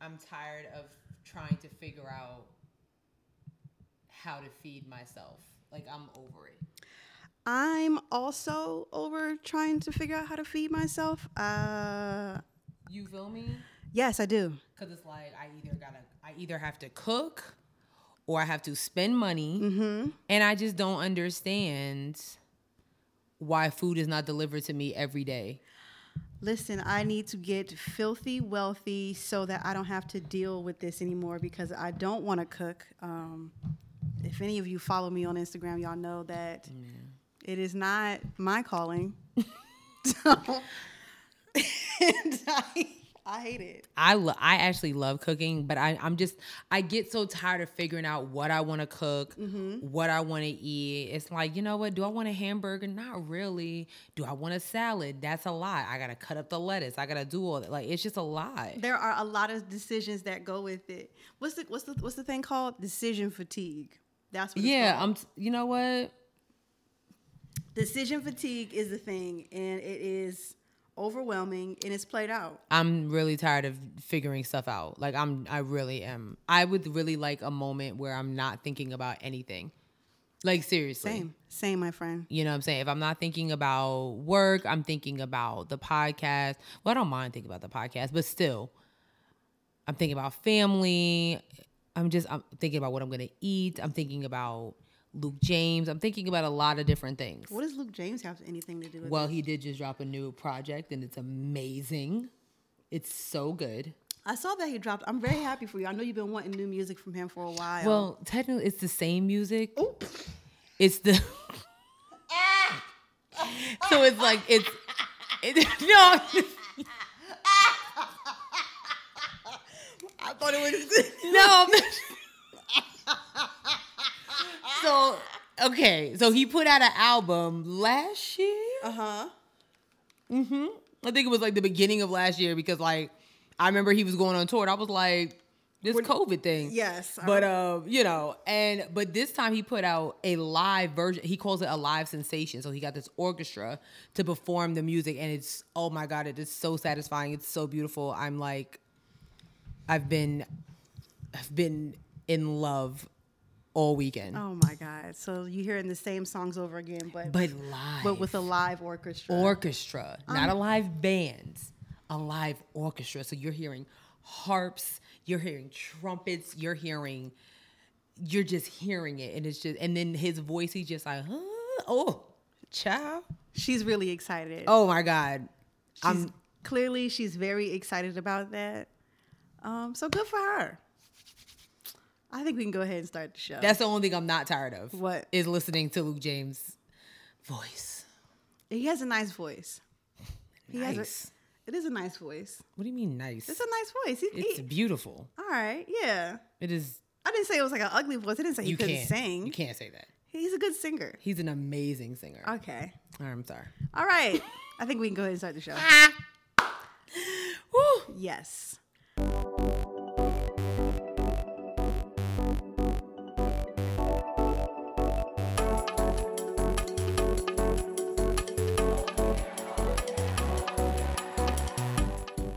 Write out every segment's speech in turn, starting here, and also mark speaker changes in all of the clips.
Speaker 1: I'm tired of trying to figure out how to feed myself. Like I'm over it.
Speaker 2: I'm also over trying to figure out how to feed myself. Uh,
Speaker 1: You feel me?
Speaker 2: yes, I do.
Speaker 1: Cause it's like I either gotta, I either have to cook, or I have to spend money, and I just don't understand why food is not delivered to me every day.
Speaker 2: Listen, I need to get filthy wealthy so that I don't have to deal with this anymore because I don't want to cook. Um, if any of you follow me on Instagram, y'all know that it is not my calling. so, and I, I hate it.
Speaker 1: I lo- I actually love cooking, but I I'm just I get so tired of figuring out what I want to cook, what I want to eat. It's like you know what? Do I want a hamburger? Not really. Do I want a salad? That's a lot. I gotta cut up the lettuce. I gotta do all that. Like it's just a lot.
Speaker 2: There are a lot of decisions that go with it. What's the what's the what's the thing called? Decision fatigue. That's what it's
Speaker 1: Yeah,
Speaker 2: called.
Speaker 1: I'm. T- you know what?
Speaker 2: Decision fatigue is the thing, and it is overwhelming, and it's played out.
Speaker 1: I'm really tired of figuring stuff out. Like I'm I really am. I would really like a moment where I'm not thinking about anything. Like seriously.
Speaker 2: Same, same, my friend.
Speaker 1: You know what I'm saying? If I'm not thinking about work, I'm thinking about the podcast. Well, I don't mind thinking about the podcast, but still I'm thinking about family. I'm just I'm thinking about what I'm going to eat. I'm thinking about Luke James. I'm thinking about a lot of different things.
Speaker 2: What does Luke James have anything to do with
Speaker 1: Well,
Speaker 2: this?
Speaker 1: he did just drop a new project and it's amazing. It's so good.
Speaker 2: I saw that he dropped. I'm very happy for you. I know you've been wanting new music from him for a while.
Speaker 1: Well, technically, it's the same music. It's the. so it's like it's. It, no,
Speaker 2: I thought it was.
Speaker 1: no. so okay, so he put out an album last year.
Speaker 2: uh huh.
Speaker 1: I think it was like the beginning of last year because like I remember he was going on tour. and I was like, this COVID thing.
Speaker 2: Yes, I
Speaker 1: But um, you know, and but this time he put out a live version. He calls it a live sensation. So he got this orchestra to perform the music, and it's oh my god, it is so satisfying. It's so beautiful. I'm like, I've been, I've been in love all weekend,
Speaker 2: Oh my God. So you're hearing the same songs over again, but
Speaker 1: but live,
Speaker 2: but with a live orchestra.
Speaker 1: orchestra, not a
Speaker 2: Um.
Speaker 1: live band, a live orchestra. So you're hearing harps, you're hearing trumpets, you're hearing, you're just hearing it, and it's just, and then his voice, he's just like, huh? oh, child,
Speaker 2: she's really excited.
Speaker 1: oh my god, I'm,
Speaker 2: She's- clearly she's very excited about that. Um, so good for her. I think we can go ahead and start the show.
Speaker 1: that's the only thing I'm not tired of.
Speaker 2: What?
Speaker 1: is listening to Luke James' voice?
Speaker 2: he has a nice voice. He
Speaker 1: Nice.
Speaker 2: has a, it is a nice voice.
Speaker 1: what do you mean nice?
Speaker 2: It's a nice voice. He,
Speaker 1: It's
Speaker 2: he-
Speaker 1: beautiful.
Speaker 2: all right. Yeah.
Speaker 1: It is.
Speaker 2: I didn't say it was like an ugly voice. I didn't say he
Speaker 1: you
Speaker 2: couldn't
Speaker 1: can't
Speaker 2: sing.
Speaker 1: You can't say that.
Speaker 2: He's a good singer.
Speaker 1: He's an amazing singer.
Speaker 2: Okay.
Speaker 1: I'm sorry.
Speaker 2: All right. I think we can go ahead and start the show.
Speaker 1: Woo.
Speaker 2: Yes.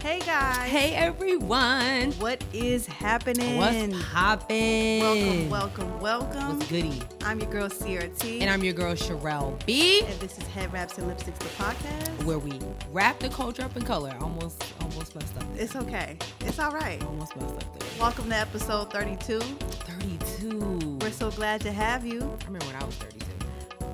Speaker 2: Hey guys.
Speaker 1: Hey everyone.
Speaker 2: What is happening?
Speaker 1: What's poppin'?
Speaker 2: welcome, welcome, welcome.
Speaker 1: What's goody?
Speaker 2: I'm your girl CRT.
Speaker 1: And I'm your girl Sherelle B,
Speaker 2: and this is Head Wraps and Lipsticks the podcast.
Speaker 1: where we wrap the culture up in color. Almost, almost messed up. There.
Speaker 2: It's okay. It's all right.
Speaker 1: Almost messed up. There.
Speaker 2: Welcome to episode 32.
Speaker 1: Thirty-two.
Speaker 2: We're so glad to have you.
Speaker 1: I remember when I was thirty-two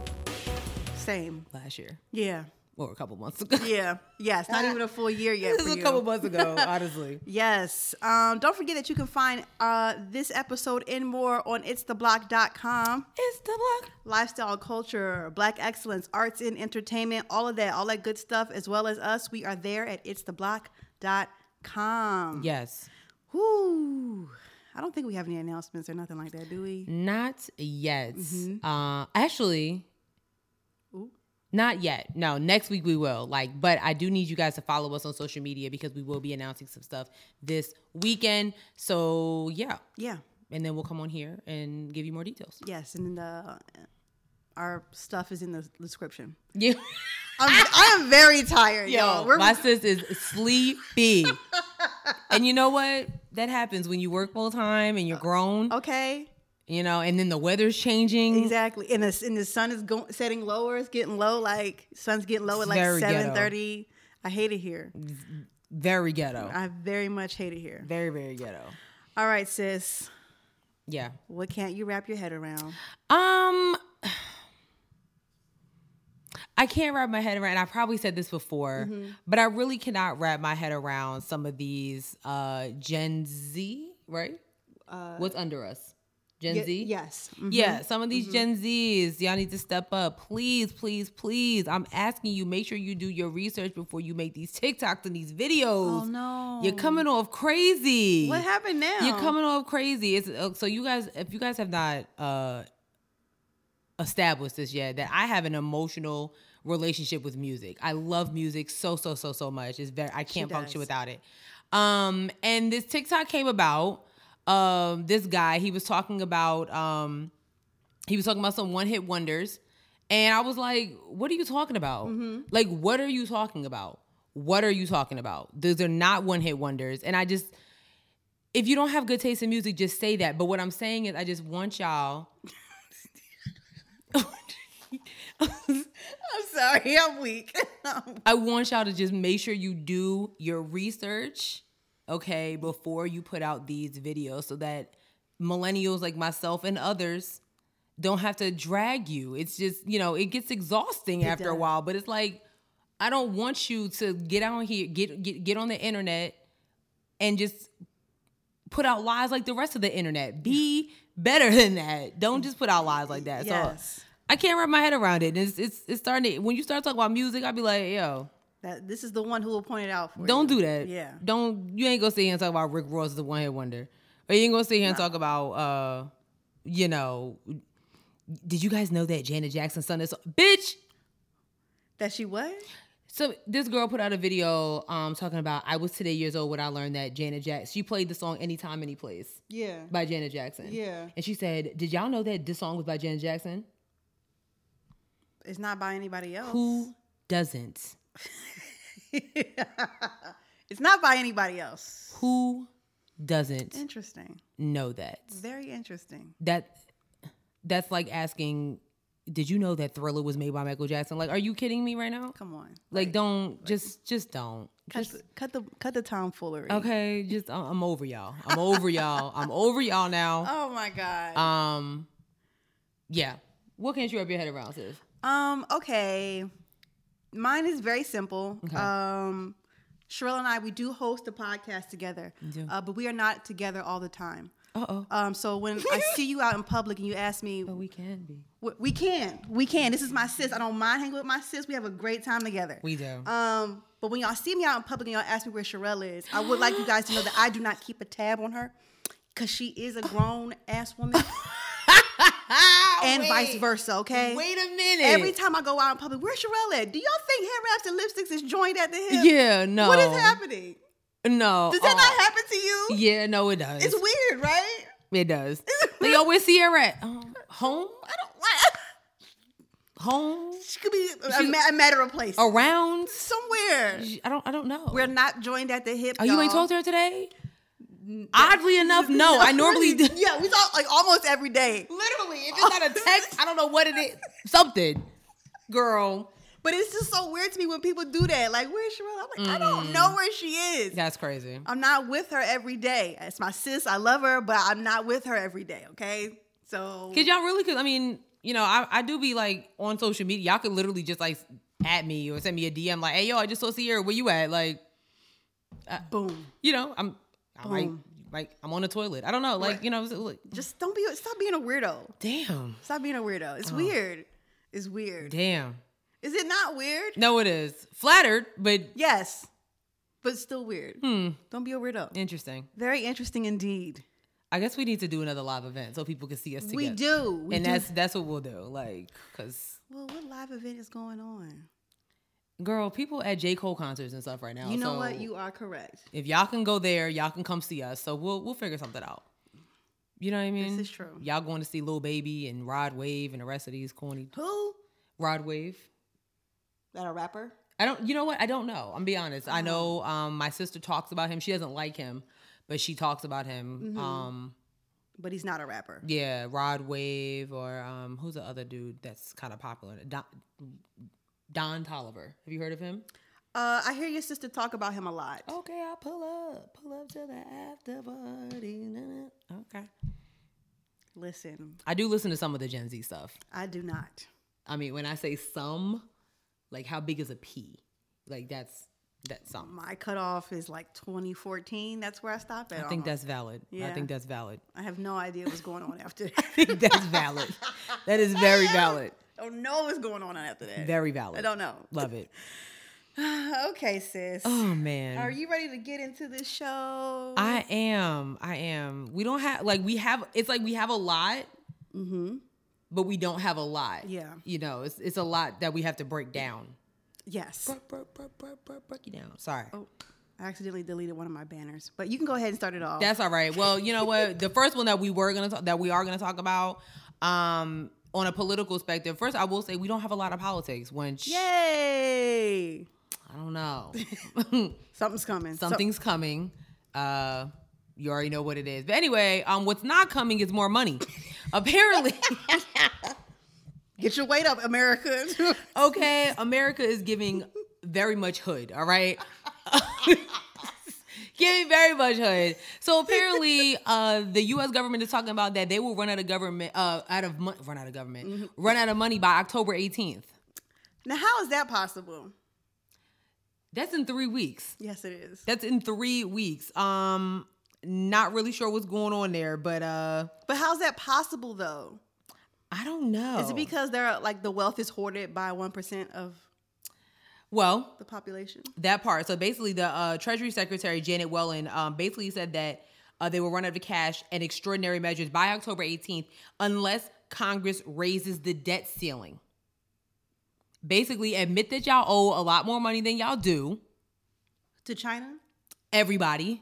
Speaker 2: Same.
Speaker 1: last year,
Speaker 2: Yeah.
Speaker 1: or a couple months ago.
Speaker 2: Yeah. Yes. Not even a full year yet.
Speaker 1: This
Speaker 2: For
Speaker 1: is a
Speaker 2: you.
Speaker 1: couple months ago, honestly.
Speaker 2: Yes. Um, don't forget that you can find uh, this episode and more on itstheblock.com.
Speaker 1: it's the luck.
Speaker 2: Lifestyle, culture, black excellence, arts and entertainment, all of that, all that good stuff, as well as us. We are there at itstheblock.com.
Speaker 1: Yes.
Speaker 2: Whoo. I don't think we have any announcements or nothing like that, do we?
Speaker 1: Mm. Not yet. Uh, actually, not yet. No, next week we will. Like, but I do need you guys to follow us on social media because we will be announcing some stuff this weekend. So yeah,
Speaker 2: Yeah.
Speaker 1: and then we'll come on here and give you more details.
Speaker 2: Yes, and then the uh, our stuff is in the description.
Speaker 1: Yeah,
Speaker 2: I'm, I am very tired,
Speaker 1: yo,
Speaker 2: y'all. We're,
Speaker 1: my sis is sleepy, and you know what? that happens when you work full time and you're grown,
Speaker 2: Okay.
Speaker 1: you know, and then the weather's changing.
Speaker 2: Exactly. And the, and the sun is go- setting lower. It's getting low. Like sun's getting low
Speaker 1: It's
Speaker 2: at like
Speaker 1: very ghetto. Mm.
Speaker 2: seven thirty. I hate it here.
Speaker 1: Very ghetto.
Speaker 2: I very much hate it here.
Speaker 1: Very, very ghetto.
Speaker 2: All right, sis.
Speaker 1: Yeah.
Speaker 2: What can't you wrap your head around?
Speaker 1: Um, I can't wrap my head around. I probably said this before,
Speaker 2: Mm-hmm.
Speaker 1: but I really cannot wrap my head around some of these uh Gen Z, right? Uh, What's under us? Gen
Speaker 2: Y-
Speaker 1: Z.
Speaker 2: yes. Mhm.
Speaker 1: Yeah, some of these Gen Zs, y'all need to step up. Please, please, please. I'm asking you, make sure you do your research before you make these TikToks and these videos.
Speaker 2: Oh, no.
Speaker 1: You're coming off crazy.
Speaker 2: What happened now?
Speaker 1: You're coming off crazy. It's uh, so you guys, if you guys have not uh established this yet, that I have an emotional relationship with music. I love music so so so so much. It's very I can't function
Speaker 2: does.
Speaker 1: without it. Um, and this TikTok came about. Um, this guy he was talking about. Um, he was talking about some one hit wonders. And I was like, what are you talking about? Like, what are you talking about? What are you talking about? Those are not one hit wonders. And I just, if you don't have good taste in music, just say that. But what I'm saying is, I just want y'all.
Speaker 2: I'm sorry. I'm weak.
Speaker 1: I want y'all to just make sure you do your research, okay, before you put out these videos so that millennials like myself and others don't have to drag you. It's just, you know, it gets exhausting after a
Speaker 2: does.
Speaker 1: while, but it's like I don't want you to get on here, get get get on the internet and just put out lies like the rest of the internet. Be better than that. Don't just put out lies like that. So
Speaker 2: Yes.
Speaker 1: I can't wrap my head around it. It's it's it's starting to, when you start talking about music, I'll be like, yo,
Speaker 2: that, this is the one who will point it out for
Speaker 1: don't
Speaker 2: you.
Speaker 1: do that.
Speaker 2: Yeah.
Speaker 1: Don't you ain't gonna sit here and talk about Rick Ross as a one hit wonder. Or you ain't gonna sit here and talk about uh, you know, did you guys know that Janet Jackson's son is bitch?
Speaker 2: That she what?
Speaker 1: So this girl put out a video um talking about I was today years old when I learned that Janet Jackson she played the song Anytime, Any Place
Speaker 2: Yeah.
Speaker 1: by Janet Jackson.
Speaker 2: Yeah.
Speaker 1: And she said, Did y'all know that this song was by Janet Jackson?
Speaker 2: It's not by anybody else.
Speaker 1: Who doesn't?
Speaker 2: it's not by anybody else.
Speaker 1: Who doesn't
Speaker 2: Interesting.
Speaker 1: know that?
Speaker 2: Very interesting.
Speaker 1: that that's like asking did you know that thriller was made by michael jackson like are you kidding me right now
Speaker 2: Come on.
Speaker 1: like don't just just don't
Speaker 2: Cut,
Speaker 1: just
Speaker 2: the, cut the cut the tomfoolery.
Speaker 1: okay just I- i'm over y'all i'm over y'all i'm over y'all now
Speaker 2: Oh my god.
Speaker 1: um yeah what can't you wrap your head around sis
Speaker 2: Um, okay. Mine is very simple.
Speaker 1: Okay.
Speaker 2: Um, Sherelle and I, we do host a podcast together,
Speaker 1: do.
Speaker 2: uh, but we are not together all the time.
Speaker 1: uh-oh
Speaker 2: Um, so when I see you out in public and you ask me,
Speaker 1: but we can be
Speaker 2: "W- we can, we can. This is my sis. I don't mind hanging with my sis. We have a great time together.
Speaker 1: we do
Speaker 2: Um, but when y'all see me out in public and y'all ask me where Sherelle is, I would like you guys to know that I do not keep a tab on her because she is a grown ass woman and vice versa, okay?
Speaker 1: wait a minute
Speaker 2: Every time I go out in public, where's Sherelle at? Do y'all think hair wraps and lipsticks is joined at the hip?
Speaker 1: yeah no
Speaker 2: What is happening?
Speaker 1: no
Speaker 2: Does that
Speaker 1: uh,
Speaker 2: not happen to you?
Speaker 1: yeah no it does
Speaker 2: It's weird, right?
Speaker 1: it does they always see her at um, home
Speaker 2: I don't like.
Speaker 1: home
Speaker 2: She could be a, ma- a matter of place.
Speaker 1: Oh. around
Speaker 2: Somewhere.
Speaker 1: I don't I don't know.
Speaker 2: We're not joined at the hip.
Speaker 1: oh, you ain't
Speaker 2: y'all.
Speaker 1: talked to her today? Oddly enough, no. I normally do.
Speaker 2: Yeah, we talk like almost every day.
Speaker 1: literally if it's not a text, I don't know what it is. Something. Girl.
Speaker 2: But it's just so weird to me when people do that. Like, where's Sherelle? I'm like,
Speaker 1: Mm.
Speaker 2: I don't know where she is.
Speaker 1: That's crazy.
Speaker 2: I'm not with her every day. It's my sis. I love her, but I'm not with her every day. Okay, so
Speaker 1: Cause y'all really could I mean, you know, I, I do be like on social media. Y'all could literally just like at me or send me a DM like, hey yo, I just saw Sierra, where you at? Like,
Speaker 2: boom.
Speaker 1: you know, I'm I might
Speaker 2: Boom.
Speaker 1: like I'm on the toilet. I don't know. Like,
Speaker 2: Right.
Speaker 1: you know, it's like,
Speaker 2: Just don't be. Stop being a weirdo.
Speaker 1: damn.
Speaker 2: Stop being a weirdo.
Speaker 1: Uh-huh.
Speaker 2: It's weird. It's weird.
Speaker 1: Damn.
Speaker 2: Is it not weird?
Speaker 1: No, it is. Flattered, but
Speaker 2: Yes, but still weird.
Speaker 1: Hmm.
Speaker 2: Don't be a weirdo.
Speaker 1: interesting.
Speaker 2: Very interesting indeed.
Speaker 1: I guess we need to do another live event so people can see us together.
Speaker 2: We do. We
Speaker 1: and
Speaker 2: do.
Speaker 1: that's that's what we'll do. Like, cause
Speaker 2: well, what live event is going on?
Speaker 1: girl, people at J Cole concerts and stuff right now.
Speaker 2: You know
Speaker 1: so
Speaker 2: what? You are correct.
Speaker 1: if y'all can go there, y'all can come see us. So we'll we'll figure something out. You know what I mean?
Speaker 2: is true.
Speaker 1: Y'all going to see Lil Baby and Rod Wave and the rest of these corny
Speaker 2: Who?
Speaker 1: Rod Wave.
Speaker 2: That a rapper? Uh-huh.
Speaker 1: I don't. You know what? I don't know. I'm be honest. I know um, my sister talks about him. She doesn't like him, but she talks about him.
Speaker 2: Mm-hmm.
Speaker 1: Um,
Speaker 2: but he's not a rapper.
Speaker 1: yeah, Rod Wave or um, who's the other dude that's kind of popular? Don, Don Tolliver. Have you heard of him?
Speaker 2: Uh, I hear your sister talk about him a lot.
Speaker 1: Okay, I'll pull up, pull up to the after party. na, na. Okay,
Speaker 2: Listen,
Speaker 1: I do listen to some of the Gen Z stuff.
Speaker 2: I do not.
Speaker 1: I mean, when I say some, like how big is a P? Like that's that's some.
Speaker 2: My cutoff is like 2014. That's where I stop at.
Speaker 1: I think that's valid. I
Speaker 2: Yeah.
Speaker 1: think that's valid.
Speaker 2: I have no idea what's going on after
Speaker 1: I
Speaker 2: that.
Speaker 1: think that's valid. That is very valid.
Speaker 2: I don't know what's going on after that.
Speaker 1: Very valid.
Speaker 2: I don't know.
Speaker 1: Love it.
Speaker 2: okay, sis.
Speaker 1: Oh man.
Speaker 2: Are you ready to get into this show?
Speaker 1: I am. I am. We don't have like we have. It's like we have a lot,
Speaker 2: Mm-hmm.
Speaker 1: but we don't have a lot.
Speaker 2: Yeah.
Speaker 1: You know, it's it's a lot that we have to break down.
Speaker 2: yes.
Speaker 1: Break, break, break, break, break you down. Sorry.
Speaker 2: Oh, I accidentally deleted one of my banners, but you can go ahead and start it off.
Speaker 1: That's all right. Well, you know what? The first one that we were gonna talk, that we are gonna talk about, um, on a political spectrum. First, I will say we don't have a lot of politics. When sh-
Speaker 2: Yay!
Speaker 1: I don't know,
Speaker 2: Something's coming. So-
Speaker 1: something's coming. Uh, you already know what it is. But anyway, um, what's not coming is more money. Apparently,
Speaker 2: get your weight up, America.
Speaker 1: okay, America is giving very much hood. All right. Giving very much hood. So apparently, uh, the U.S. government is talking about that they will run out of government, uh, out of mon- run out of government,
Speaker 2: Mm-hmm.
Speaker 1: run out of money by October 18th.
Speaker 2: now, how is that possible?
Speaker 1: That's in three weeks.
Speaker 2: Yes, it is.
Speaker 1: That's in three weeks. Um, not really sure what's going on there, but uh,
Speaker 2: But how's that possible though?
Speaker 1: I don't know.
Speaker 2: Is it because they're like the wealth is hoarded by one percent of
Speaker 1: well,
Speaker 2: the population?
Speaker 1: that part. So basically, the uh, Treasury Secretary Janet Yellen um, basically said that uh, they will run out of cash and extraordinary measures by October 18th unless Congress raises the debt ceiling. Basically, admit that y'all owe a lot more money than y'all do,
Speaker 2: To China?
Speaker 1: everybody,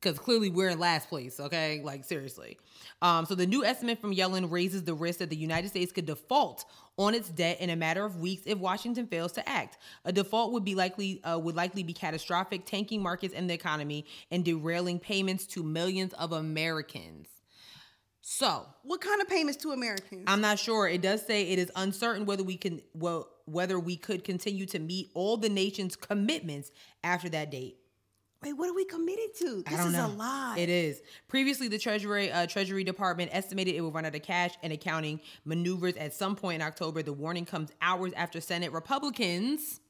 Speaker 1: because clearly we're in last place, okay? Like, seriously. Um, so, the new estimate from Yellen raises the risk that the United States could default on its debt in a matter of weeks if Washington fails to act. A default would be likely uh, would likely be catastrophic, tanking markets and the economy, and derailing payments to millions of Americans. So,
Speaker 2: What kind of payments to Americans?
Speaker 1: I'm not sure. It does say it is uncertain whether we can well whether we could continue to meet all the nation's commitments after that date.
Speaker 2: Wait, what are we committed to? This
Speaker 1: I don't
Speaker 2: is
Speaker 1: know.
Speaker 2: a lie.
Speaker 1: It is. Previously, the Treasury uh, Treasury Department estimated it would run out of cash and accounting maneuvers at some point in October. The warning comes hours after Senate Republicans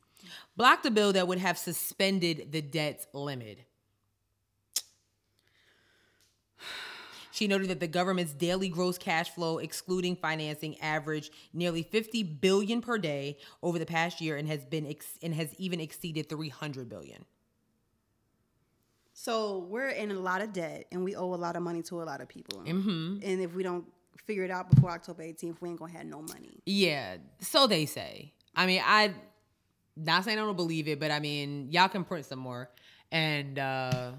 Speaker 1: blocked a bill that would have suspended the debt limit. She noted that the government's daily gross cash flow, excluding financing, averaged nearly 50 billion per day over the past year, and has been ex- and has even exceeded 300 billion.
Speaker 2: So we're in a lot of debt and we owe a lot of money to a lot of people. Mm-hmm. And if we don't figure it out before October 18th, we ain't gonna have no money.
Speaker 1: Yeah, so they say. I mean, I not saying I don't believe it, but I mean, y'all can print some more, and uh,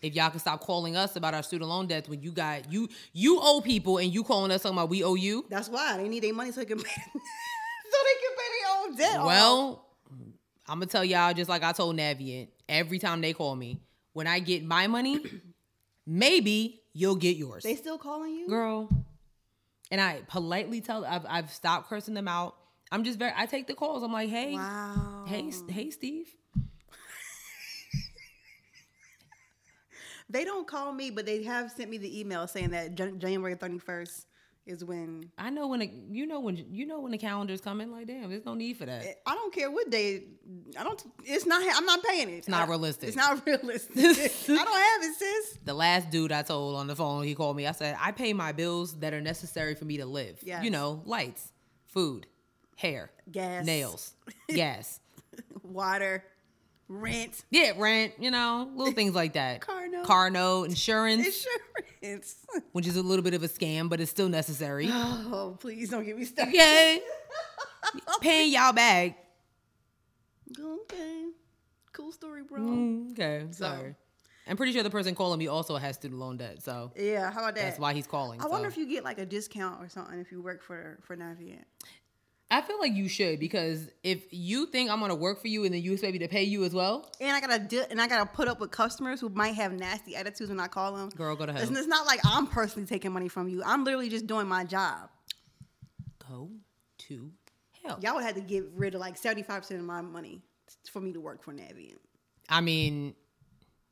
Speaker 1: if y'all can stop calling us about our student loan debts when you got you you owe people and you calling us talking about we owe you.
Speaker 2: That's why they need their money so they can pay, so they can pay their own debt. off.
Speaker 1: Well, I'm gonna tell y'all just like I told Navient every time they call me when I get my money, maybe you'll get yours.
Speaker 2: they still calling you?
Speaker 1: girl. And I politely tell I've I've stopped cursing them out. I'm just very I take the calls. I'm like, hey,
Speaker 2: Wow.
Speaker 1: hey, hey, Steve.
Speaker 2: They don't call me, but they have sent me the email saying that Jan- January 31st is when.
Speaker 1: I know when a, you know when you know when the calendar's coming. Like, damn, there's no need for that.
Speaker 2: I don't care what day. I don't. It's not. I'm not paying it. It's
Speaker 1: not realistic.
Speaker 2: It's not realistic. I don't have it, sis.
Speaker 1: The last dude I told on the phone, he called me. I said, I pay my bills that are necessary for me to live.
Speaker 2: Yes.
Speaker 1: You know, lights, food, hair,
Speaker 2: Gas,
Speaker 1: nails, gas.
Speaker 2: water, rent,
Speaker 1: Yeah, rent, you know, little things like that.
Speaker 2: Car note.
Speaker 1: Car note, insurance,
Speaker 2: insurance.
Speaker 1: which is a little bit of a scam, but it's still necessary.
Speaker 2: Oh, please don't get me started.
Speaker 1: Okay. Paying y'all back.
Speaker 2: Okay. Cool story, bro.
Speaker 1: Mm. Okay, sorry. I'm pretty sure the person calling me also has student loan debt, so
Speaker 2: Yeah, how about that?
Speaker 1: that's why he's calling.
Speaker 2: I wonder
Speaker 1: so.
Speaker 2: if you get like a discount or something if you work for for Navient.
Speaker 1: I feel like you should because if you think I'm gonna work for you and then you expect me to pay you as well,
Speaker 2: And I gotta deal, and I gotta put up with customers who might have nasty attitudes when I call them.
Speaker 1: Girl, go to hell.
Speaker 2: It's, it's not like I'm personally taking money from you. I'm literally just doing my job.
Speaker 1: go to hell.
Speaker 2: Y'all would have to get rid of like 75 percent of my money for me to work for Navient.
Speaker 1: I mean,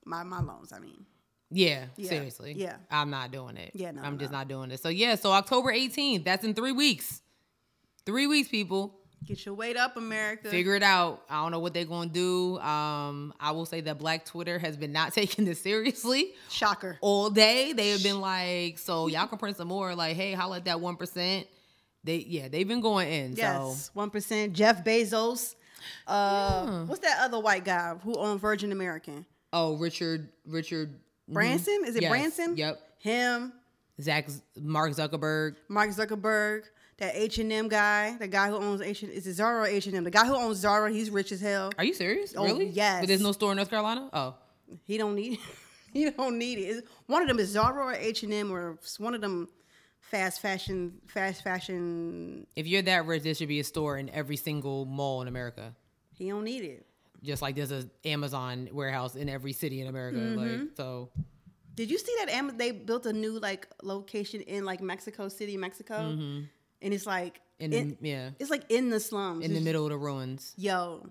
Speaker 2: My my loans, I mean.
Speaker 1: yeah,
Speaker 2: Yeah,
Speaker 1: seriously.
Speaker 2: yeah.
Speaker 1: I'm not doing it.
Speaker 2: Yeah, no,
Speaker 1: I'm just
Speaker 2: no.
Speaker 1: not doing it. So yeah, so October 18th. That's in three weeks. Three weeks, people.
Speaker 2: Get your weight up, America.
Speaker 1: Figure it out. I don't know what they're gonna do. Um, I will say that Black Twitter has been not taking this seriously.
Speaker 2: Shocker.
Speaker 1: all day. They have been like, so y'all can print some more. Like, hey, holla at that one percent. They yeah, they've been going in.
Speaker 2: Yes, one percent. Jeff Bezos. Uh, what's that other white guy who owned Virgin American?
Speaker 1: So oh, Richard Richard mhm.
Speaker 2: Branson? Is it
Speaker 1: Yes,
Speaker 2: Branson?
Speaker 1: Yep.
Speaker 2: Him,
Speaker 1: Zach Mark Zuckerberg.
Speaker 2: Mark Zuckerberg, that H and M guy, the guy who owns H is it Zara or H and M? The guy who owns Zara, he's rich as hell.
Speaker 1: Are you serious?
Speaker 2: Oh,
Speaker 1: really?
Speaker 2: yes.
Speaker 1: But there's no store in North Carolina? Oh.
Speaker 2: He don't need. he don't need it. It's- One of them is Zara or H and M or s- one of them fast fashion, fast fashion.
Speaker 1: If you're that rich, there should be a store in every single mall in America.
Speaker 2: He don't need it.
Speaker 1: Just like there's a Amazon warehouse in every city in America.
Speaker 2: Mm-hmm.
Speaker 1: Like so
Speaker 2: Did you see that Am- they built a new like location in like Mexico City, Mexico, and it's like
Speaker 1: Mm-hmm. in,
Speaker 2: it-
Speaker 1: the yeah.
Speaker 2: It's like in the slums.
Speaker 1: In the
Speaker 2: It's-
Speaker 1: middle of the ruins.
Speaker 2: Yo,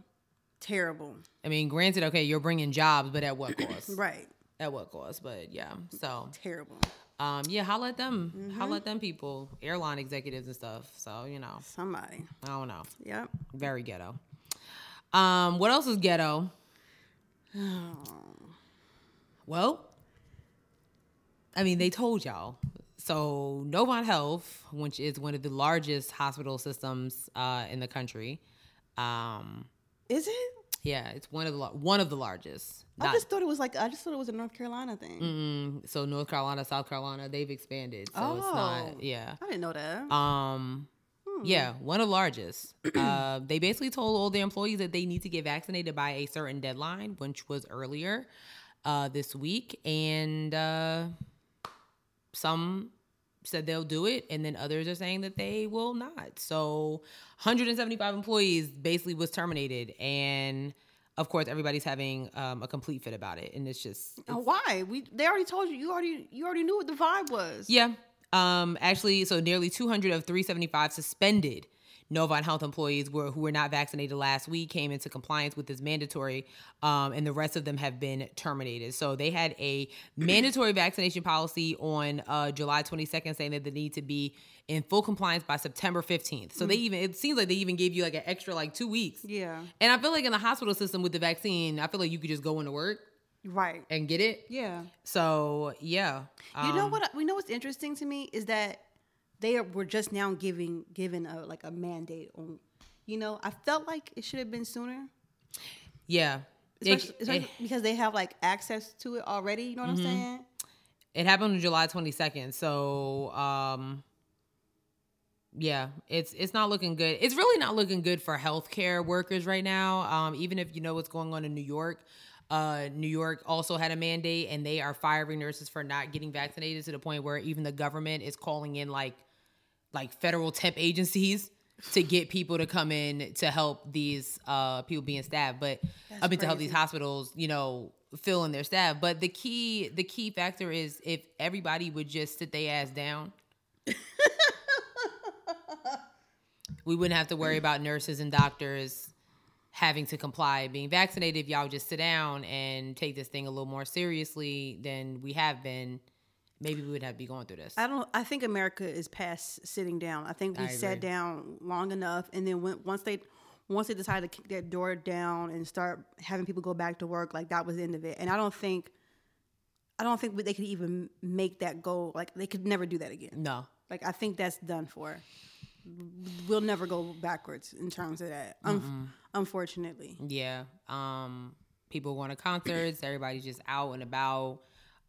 Speaker 2: terrible.
Speaker 1: I mean, granted, okay, you're bringing jobs, but at what cost?
Speaker 2: Right.
Speaker 1: At what cost? But yeah, so
Speaker 2: Terrible.
Speaker 1: Um, yeah, holla at them.
Speaker 2: Mm-hmm.
Speaker 1: Holla at them people, airline executives and stuff. So, you know,
Speaker 2: Somebody.
Speaker 1: I don't know.
Speaker 2: Yep.
Speaker 1: Very ghetto. Um, what else is ghetto? Well, I mean, they told y'all. So, Novant Health, which is one of the largest hospital systems uh, in the country, um,
Speaker 2: Is it?
Speaker 1: yeah, it's one of the lar- one of the largest.
Speaker 2: I
Speaker 1: Not-
Speaker 2: just thought it was like I just thought it was a North Carolina thing.
Speaker 1: mm, so North Carolina, South Carolina, they've expanded. So it's
Speaker 2: Oh.
Speaker 1: not, yeah.
Speaker 2: I didn't know that.
Speaker 1: Um, yeah, one of the largest. uh, they basically told all their employees that they need to get vaccinated by a certain deadline, which was earlier uh, this week, and uh, some said they'll do it, and then others are saying that they will not. So, 175 employees basically was terminated, and of course, everybody's having um, a complete fit about it, and it's just
Speaker 2: Oh, why? We they already told you. You already you already knew what the vibe was.
Speaker 1: Yeah. Um, actually, so nearly 200 of 375 suspended Novant Health employees were who were not vaccinated last week came into compliance with this mandatory, um, and the rest of them have been terminated. So they had a mandatory vaccination policy on uh, July 22nd, saying that they need to be in full compliance by September 15th. So they even it seems like they even gave you like an extra like two weeks.
Speaker 2: Mm. Yeah.
Speaker 1: And I feel like in the hospital system with the vaccine, I feel like you could just go into work
Speaker 2: Right.
Speaker 1: and get it.
Speaker 2: Yeah.
Speaker 1: So yeah,
Speaker 2: you know
Speaker 1: Um,
Speaker 2: what? We know what's interesting to me is that they are, were just now giving given a like a mandate on. You know, I felt like it should have been sooner.
Speaker 1: Yeah. It-
Speaker 2: Especially, especially
Speaker 1: it-
Speaker 2: because they have like access to it already. You know
Speaker 1: Mm-hmm.
Speaker 2: what I'm saying?
Speaker 1: it happened on July 22nd. So, um, yeah, it's it's not looking good. It's really not looking good for healthcare workers right now. Um, even if you know what's going on in New York, uh, New York also had a mandate, and they are firing nurses for not getting vaccinated to the point where even the government is calling in like like federal temp agencies to get people to come in to help these uh, people being stabbed, but I mean to help these hospitals, you know, fill in their staff. But the key the key factor is if everybody would just sit their ass down, we wouldn't have to worry about nurses and doctors having to comply being vaccinated. If y'all would just sit down and take this thing a little more seriously than we have been, maybe we would have be going through this.
Speaker 2: I don't. I think America is past sitting down. I think we
Speaker 1: I
Speaker 2: sat
Speaker 1: agree.
Speaker 2: down long enough, and then when, once they once they decided to kick that door down and start having people go back to work, like that was the end of it. And I don't think, I don't think they could even make that goal. Like they could never do that again.
Speaker 1: No.
Speaker 2: Like I think that's done for. We'll never go backwards in terms of that. Un-
Speaker 1: Mm-hmm.
Speaker 2: Unfortunately,
Speaker 1: Yeah. Um, people going to concerts, everybody's just out and about.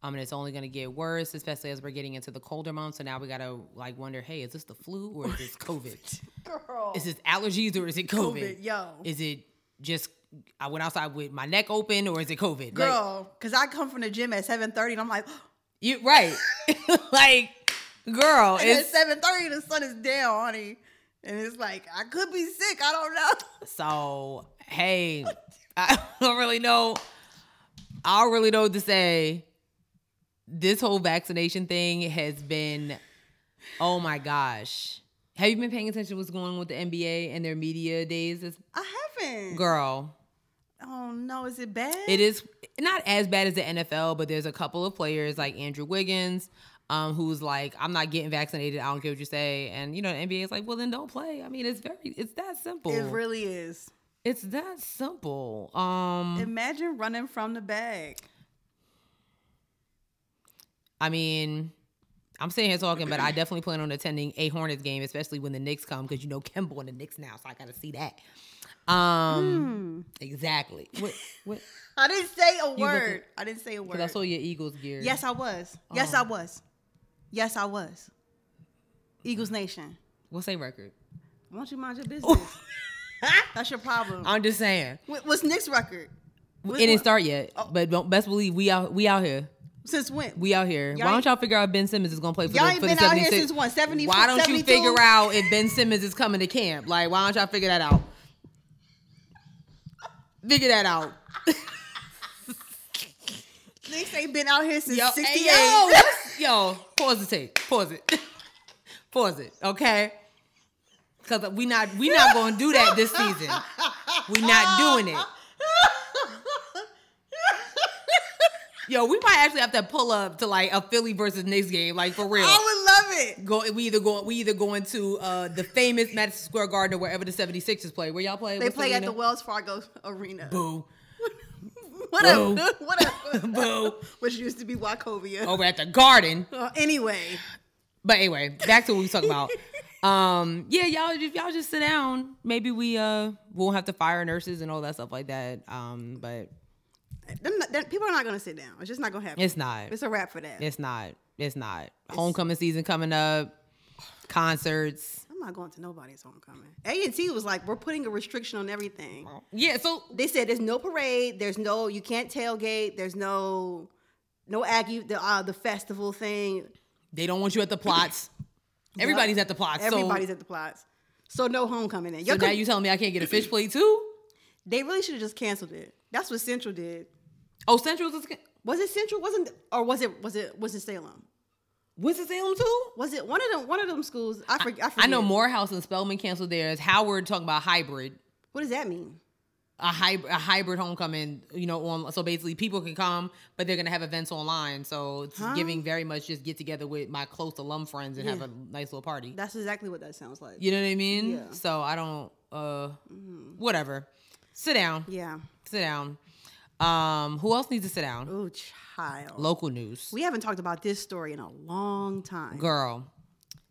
Speaker 1: Um, and it's only going to get worse, especially as we're getting into the colder months. So now we got to like wonder, hey, is this the flu or is this COVID?
Speaker 2: girl,
Speaker 1: is this allergies or is it COVID?
Speaker 2: Oh. COVID, yo.
Speaker 1: Is it just I went outside with my neck open or is it COVID? Like,
Speaker 2: girl, because I come from the gym at seven thirty, and I'm like.
Speaker 1: you right. like, girl,
Speaker 2: And
Speaker 1: it's
Speaker 2: at seven thirty, the sun is down, honey. And it's like, I could be sick. I don't know.
Speaker 1: So hey, I don't really know. I don't really know what to say. This whole vaccination thing has been, oh my gosh. Have you been paying attention to what's going on with the NBA and their media days? This
Speaker 2: I haven't.
Speaker 1: girl,
Speaker 2: Oh no, is it bad?
Speaker 1: it is not as bad as the NFL, but there's a couple of players like Andrew Wiggins, um, who's like, I'm not getting vaccinated. I don't care what you say. And you know, the NBA is like, well, then don't play. I mean, it's very, it's that simple.
Speaker 2: It really is.
Speaker 1: it's that simple. Um,
Speaker 2: Imagine running from the bag.
Speaker 1: I mean, I'm sitting here talking, but I definitely plan on attending a Hornets game, especially when the Knicks come, because you know Kemba and the Knicks now, so I gotta see that. Um,
Speaker 2: Hmm.
Speaker 1: exactly. What? What?
Speaker 2: I didn't say a word.
Speaker 1: looking-
Speaker 2: I didn't say a word.
Speaker 1: Because I saw Oh. your Eagles gear.
Speaker 2: Yes, I was. Yes, I was. Yes, I was. Eagles Nation.
Speaker 1: What's their record?
Speaker 2: Won't you mind your business? That's your problem.
Speaker 1: I'm just saying.
Speaker 2: Wh- What's Nick's record?
Speaker 1: It
Speaker 2: Wh-
Speaker 1: didn't
Speaker 2: what-
Speaker 1: start yet, but don't best believe we out. We out here.
Speaker 2: Since when?
Speaker 1: We out here.
Speaker 2: Y'all
Speaker 1: Why don't
Speaker 2: ain't-
Speaker 1: y'all figure out if Ben Simmons is gonna play for
Speaker 2: Y'all
Speaker 1: the,
Speaker 2: ain't
Speaker 1: for
Speaker 2: been
Speaker 1: the
Speaker 2: out
Speaker 1: 76?
Speaker 2: here since what, 70
Speaker 1: Why don't you
Speaker 2: 72?
Speaker 1: figure out if Ben Simmons is coming to camp? Like, why don't y'all figure that out? Figure that out.
Speaker 2: Nick's ain't been out here since
Speaker 1: Yo, hey,
Speaker 2: 68.
Speaker 1: yo, what's- yo, pause the tape. Pause it. Pause it. Okay. Cause we not we not gonna do that this season. We not doing it. Yo, we might actually have to pull up to like a Philly versus Knicks game, like for real.
Speaker 2: I would love it.
Speaker 1: Go, we either go we either going to uh, the famous Madison Square Garden or wherever the 76ers play. Where y'all play?
Speaker 2: They
Speaker 1: What's
Speaker 2: play at
Speaker 1: arena?
Speaker 2: the Wells Fargo Arena.
Speaker 1: Boo.
Speaker 2: What
Speaker 1: Boo.
Speaker 2: up? What up?
Speaker 1: Boo. Oh.
Speaker 2: Which used to be Wachovia.
Speaker 1: Over at the Garden.
Speaker 2: Uh, anyway,
Speaker 1: But anyway, back to what we was talking about. Um, yeah, y'all, if y'all just sit down, maybe we uh won't have to fire nurses and all that stuff like that. Um, but
Speaker 2: them, them, people are not going to sit down. It's just not going to happen.
Speaker 1: it's not.
Speaker 2: It's a wrap for that.
Speaker 1: It's not. It's not. Homecoming season coming up. Concerts.
Speaker 2: I'm not going to nobody's homecoming. A&T was like, we're putting a restriction on everything.
Speaker 1: Yeah. So
Speaker 2: They said there's no parade. There's no, you can't tailgate. There's no, no Aggie, the, uh, the festival thing.
Speaker 1: they don't want you at the plots. Everybody's at the plots.
Speaker 2: Everybody's
Speaker 1: so,
Speaker 2: at the plots. So no homecoming. Then. Your
Speaker 1: so now
Speaker 2: com-
Speaker 1: you telling me I can't get a fish plate too?
Speaker 2: they really should have just canceled it. That's what Central did.
Speaker 1: Oh, Central's is.
Speaker 2: Was it Central? Wasn't or was it was it was it Salem?
Speaker 1: What's the Salem too?
Speaker 2: Was it one of them? One of them schools? I forget. I,
Speaker 1: I know
Speaker 2: forget.
Speaker 1: Morehouse and Spelman canceled theirs. Howard talking about hybrid.
Speaker 2: What does that mean?
Speaker 1: a hybrid a hybrid homecoming you know on so basically people can come but they're gonna have events online so it's giving very much just get together with my close alum friends and have
Speaker 2: Yeah.
Speaker 1: a nice little party
Speaker 2: That's exactly what that sounds like. Yeah.
Speaker 1: you know what i mean
Speaker 2: Yeah. Mm-hmm.
Speaker 1: so i don't uh whatever sit down sit down um who else needs to sit down
Speaker 2: Oh, child.
Speaker 1: local news
Speaker 2: we haven't talked about this story in a long time.
Speaker 1: girl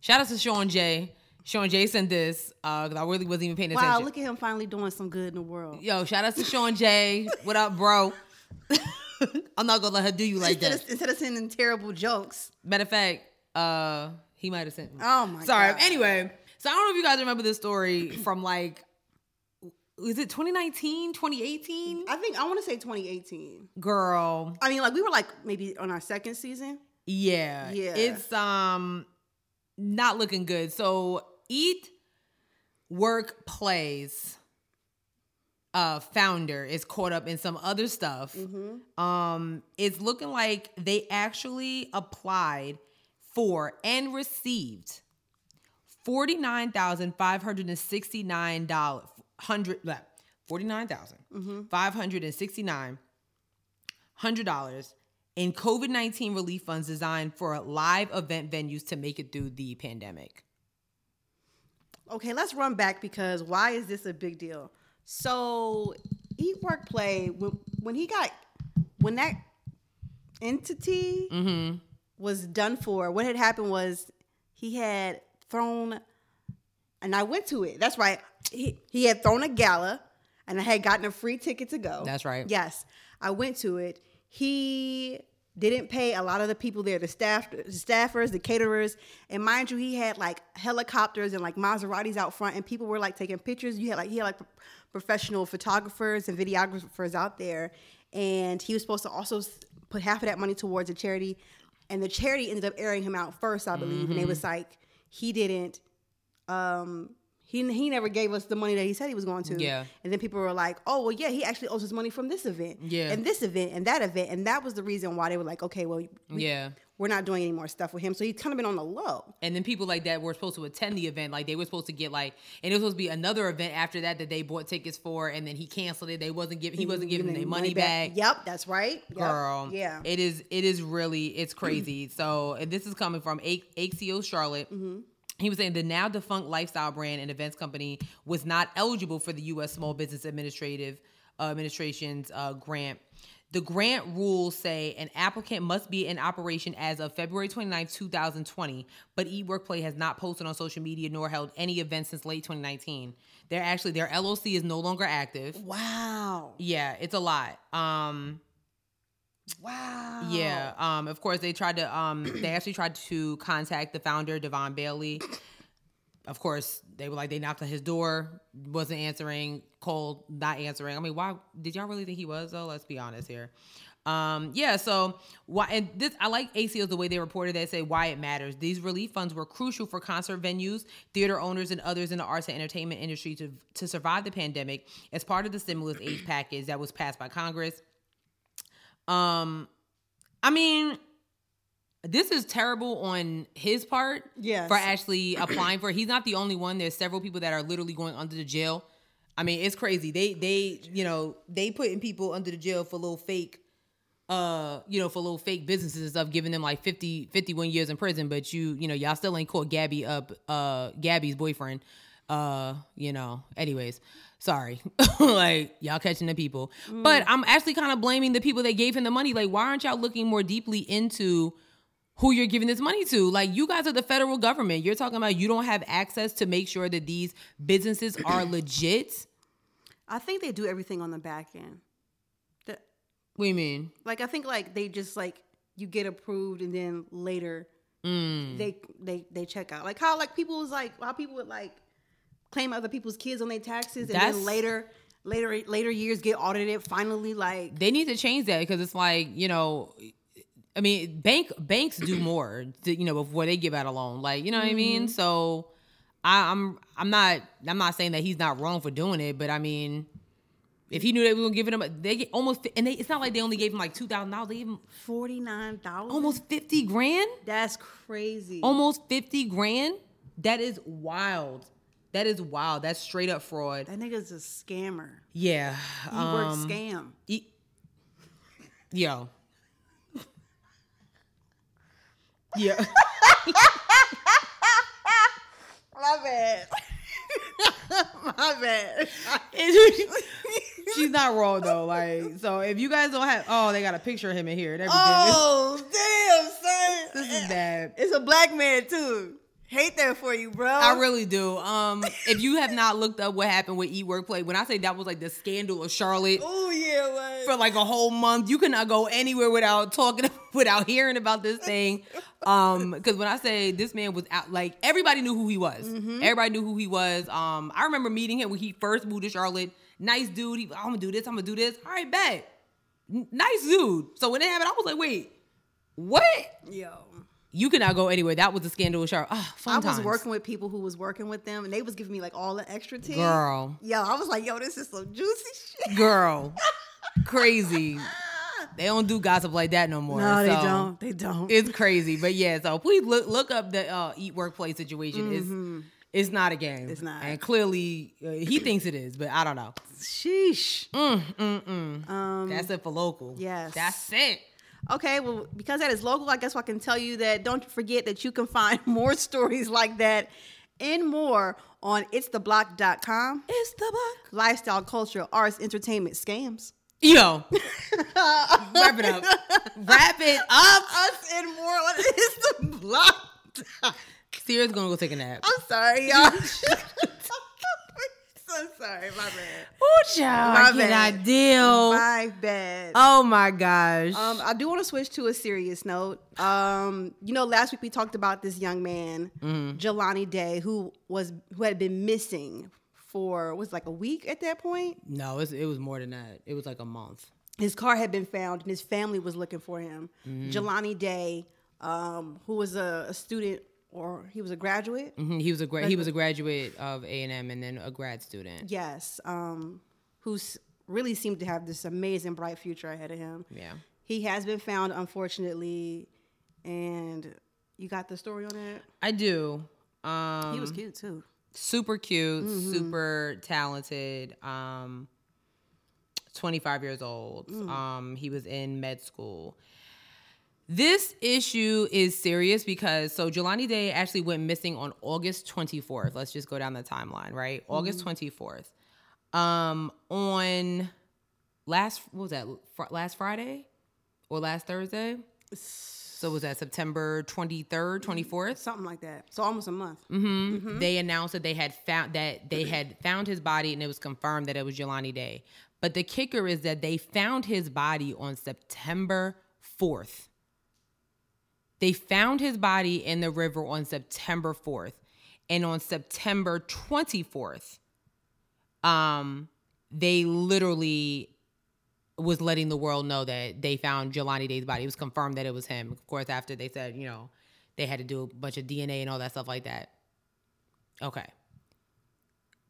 Speaker 1: shout out to sean j sean j sent this uh 'cause i really wasn't even paying attention
Speaker 2: Wow, look at him finally doing some good in the world.
Speaker 1: yo shout out to sean j what up bro i'm not gonna let her do you like
Speaker 2: instead,
Speaker 1: that
Speaker 2: of, instead of sending terrible jokes,
Speaker 1: Matter of fact, uh, he might have sent me.
Speaker 2: Oh my
Speaker 1: Sorry.
Speaker 2: God.
Speaker 1: Anyway, so I don't know if you guys remember this story from like, is it 2019, 2018?
Speaker 2: I think I want to say 2018.
Speaker 1: Girl,
Speaker 2: I mean, like we were like maybe on our second season.
Speaker 1: yeah,
Speaker 2: Yeah.
Speaker 1: it's um not looking good. So eat, work, plays. Uh, founder is caught up in some other stuff. Um, it's looking like they actually applied for and received forty nine thousand five hundred and sixty nine dollars hundred forty nine thousand five hundred and sixty nine hundred dollars in COVID nineteen relief funds designed for live event venues to make it through the pandemic.
Speaker 2: Okay, let's run back because why is this a big deal? So, Eat Work Play when when he got when that entity was done for, what had happened was he had thrown, and I went to it. That's right. He he had thrown a gala, and I had gotten a free ticket to go.
Speaker 1: That's right.
Speaker 2: Yes, I went to it. He didn't pay a lot of the people there, the staff, the staffers, the caterers, and mind you, he had like helicopters and like Maseratis out front, and people were like taking pictures. You had like he had like pro- professional photographers and videographers out there, and he was supposed to also s- put half of that money towards a charity, and the
Speaker 1: Mm-hmm.
Speaker 2: charity ended up airing him out first, I believe, and they was like he didn't um, He, he never gave us the money that he said he was going to.
Speaker 1: Yeah.
Speaker 2: And then people were like, oh, well, yeah, he actually owes us money from this event.
Speaker 1: Yeah.
Speaker 2: And this event and that event. And that was the reason why they were like, okay, well, we,
Speaker 1: yeah.
Speaker 2: we're not doing any more stuff with him. So he's kind of been on the low.
Speaker 1: And then people like that were supposed to attend the event. Like they were supposed to get like, and it was supposed to be another event after that that they bought tickets for, and then he canceled it. They wasn't give, he wasn't giving
Speaker 2: Giving
Speaker 1: their
Speaker 2: them
Speaker 1: money back.
Speaker 2: Yep, that's right. Yep.
Speaker 1: Girl,
Speaker 2: Yeah.
Speaker 1: it is. It is really. It's crazy. so and this is coming from A- ACO Charlotte.
Speaker 2: Mm-hmm.
Speaker 1: He was saying the now defunct lifestyle brand and events company was not eligible for the U.S. Small Business Administrative uh, Administration's uh, grant. The grant rules say an applicant must be in operation as of February 29, 2020, but eWorkplay has not posted on social media nor held any events since late 2019. They're actually, their LLC is no longer active.
Speaker 2: wow.
Speaker 1: Yeah, it's a lot. Um,
Speaker 2: Wow.
Speaker 1: yeah. Um, of course, they tried to. Um, they actually tried to contact the founder, Devon Bailey. Of course, they were like they knocked on his door, wasn't answering, cold, not answering. I mean, why did y'all really think he was though? Let's be honest here. Um, yeah, so why and this I like ACOs the way they reported that say why it matters. These relief funds were crucial for concert venues, theater owners, and others in the arts and entertainment industry to to survive the pandemic as part of the stimulus aid package that was passed by Congress. Um, I mean, this is terrible on his part
Speaker 2: Yes.
Speaker 1: for actually applying for. it. He's not the only one. There's several people that are literally going under the jail. I mean, it's crazy. They they you know they putting people under the jail for little fake, uh you know for little fake businesses and stuff, giving them like 50, 51 years in prison. But you you know y'all still ain't caught Gabby up uh Gabby's boyfriend. Uh, you know, anyways, sorry. like y'all catching the people. But I'm actually kind of blaming the people that gave him the money. Like, why aren't y'all looking more deeply into who you're giving this money to. Like you guys are the federal government. You're talking about you don't have access to make sure that these businesses are legit.
Speaker 2: I think they do everything on the back end. The,
Speaker 1: What do you mean?
Speaker 2: like I think like they just like you get approved and then later
Speaker 1: Mm.
Speaker 2: they they they check out. Like how like people was like how people would like claim other people's kids on their taxes and
Speaker 1: That's-
Speaker 2: then later later later years get audited finally like
Speaker 1: They need to change that because it's like you know, I mean, bank banks do more, to, you know, before they give out a loan. Like you know what I mean. So I, I'm I'm not I'm not saying that he's not wrong for doing it, but I mean. If he knew they were gonna give him, a- they get almost and they. It's not like they only gave him like two thousand dollars. They gave him
Speaker 2: forty nine thousand
Speaker 1: almost fifty grand.
Speaker 2: that's crazy.
Speaker 1: almost 50 grand that is wild that is wild that's straight up fraud
Speaker 2: that nigga's a scammer.
Speaker 1: yeah
Speaker 2: He
Speaker 1: um,
Speaker 2: worked scam.
Speaker 1: e- yo yeah
Speaker 2: My bad. My bad.
Speaker 1: she's not wrong though like so if you guys don't have oh they got a picture of him in here and everything
Speaker 2: Oh damn, son.
Speaker 1: this is bad
Speaker 2: It's a black man too. Hate that for you, bro.
Speaker 1: I really do. Um, if you have not looked up what happened with E Workplay, when I say that was like the scandal of Charlotte,
Speaker 2: Oh yeah, like
Speaker 1: for like a whole month. You cannot go anywhere without talking, without hearing about this thing. Um, because when I say this man was out, like everybody knew who he was.
Speaker 2: Mm-hmm.
Speaker 1: Everybody knew who he was. Um, I remember meeting him when he first moved to Charlotte. Nice dude. He, I'm gonna do this. I'm gonna do this. All right, bet. N- Nice dude. So when it happened, I was like, wait, what?
Speaker 2: yo.
Speaker 1: You cannot go anywhere. That was a scandal with Charlotte. Ah, fun
Speaker 2: I was
Speaker 1: times.
Speaker 2: working with people who was working with them, and they was giving me like all the extra tea.
Speaker 1: Girl.
Speaker 2: yo, I was like, yo, this is some juicy shit.
Speaker 1: Girl, crazy. They don't do gossip like that no more. so-
Speaker 2: They don't.
Speaker 1: it's crazy. But yeah, so please look look up the uh, eat workplace situation. It's Mm-hmm. it's not a game.
Speaker 2: It's not.
Speaker 1: And clearly, uh, he thinks it is, but I don't know.
Speaker 2: Sheesh.
Speaker 1: Mm.
Speaker 2: Um.
Speaker 1: That's it for local.
Speaker 2: Yes.
Speaker 1: that's it.
Speaker 2: Okay, well, because that is local, I guess I can tell you that don't forget that you can find more stories like that and more on itstheblock.com.
Speaker 1: It's the book.
Speaker 2: Lifestyle, culture, arts, entertainment, scams.
Speaker 1: Yo, wrap it up. wrap it up.
Speaker 2: Us and more on It's the Block.
Speaker 1: Sierra's gonna go take a nap.
Speaker 2: I'm sorry, y'all. I'm sorry, my bad.
Speaker 1: Oh, child,
Speaker 2: My
Speaker 1: I
Speaker 2: bad.
Speaker 1: cannot deal.
Speaker 2: My bad.
Speaker 1: Oh my gosh.
Speaker 2: Um, I do want to switch to a serious note. Um, you know, last week we talked about this young man, Jelani Day, who was who had been missing for was it, like a week at that point.
Speaker 1: no, it's, it was more than that. It was like a month.
Speaker 2: His car had been found, and his family was looking for him. Jelani Day, um, who was a, a student or he was a graduate.
Speaker 1: Mhm, He was a gra- he was a graduate of A and M and then a grad student.
Speaker 2: Yes, um, who's really seemed to have this amazing bright future ahead of him.
Speaker 1: Yeah.
Speaker 2: He has been found, unfortunately, and you got the story on it.
Speaker 1: I do. Um,
Speaker 2: he was cute too.
Speaker 1: super cute, super talented. Um, 25 years old. Um, he was in med school. This issue is serious because so Jelani Day actually went missing on August 24th. Let's just go down the timeline, right? August 24th. Um, on last what was that fr- last Friday or last Thursday? So was that September 23rd, 24th?
Speaker 2: Something like that. So almost a month.
Speaker 1: Mm-hmm. they announced that they had found that they had found his body and it was confirmed that it was Jelani Day. But the kicker is that they found his body on September 4th. They found his body in the river on September 4th. And on September 24th, um, they literally was letting the world know that they found Jelani Day's body. It was confirmed that it was him. Of course, after they said, you know, they had to do a bunch of DNA and all that stuff like that. Okay.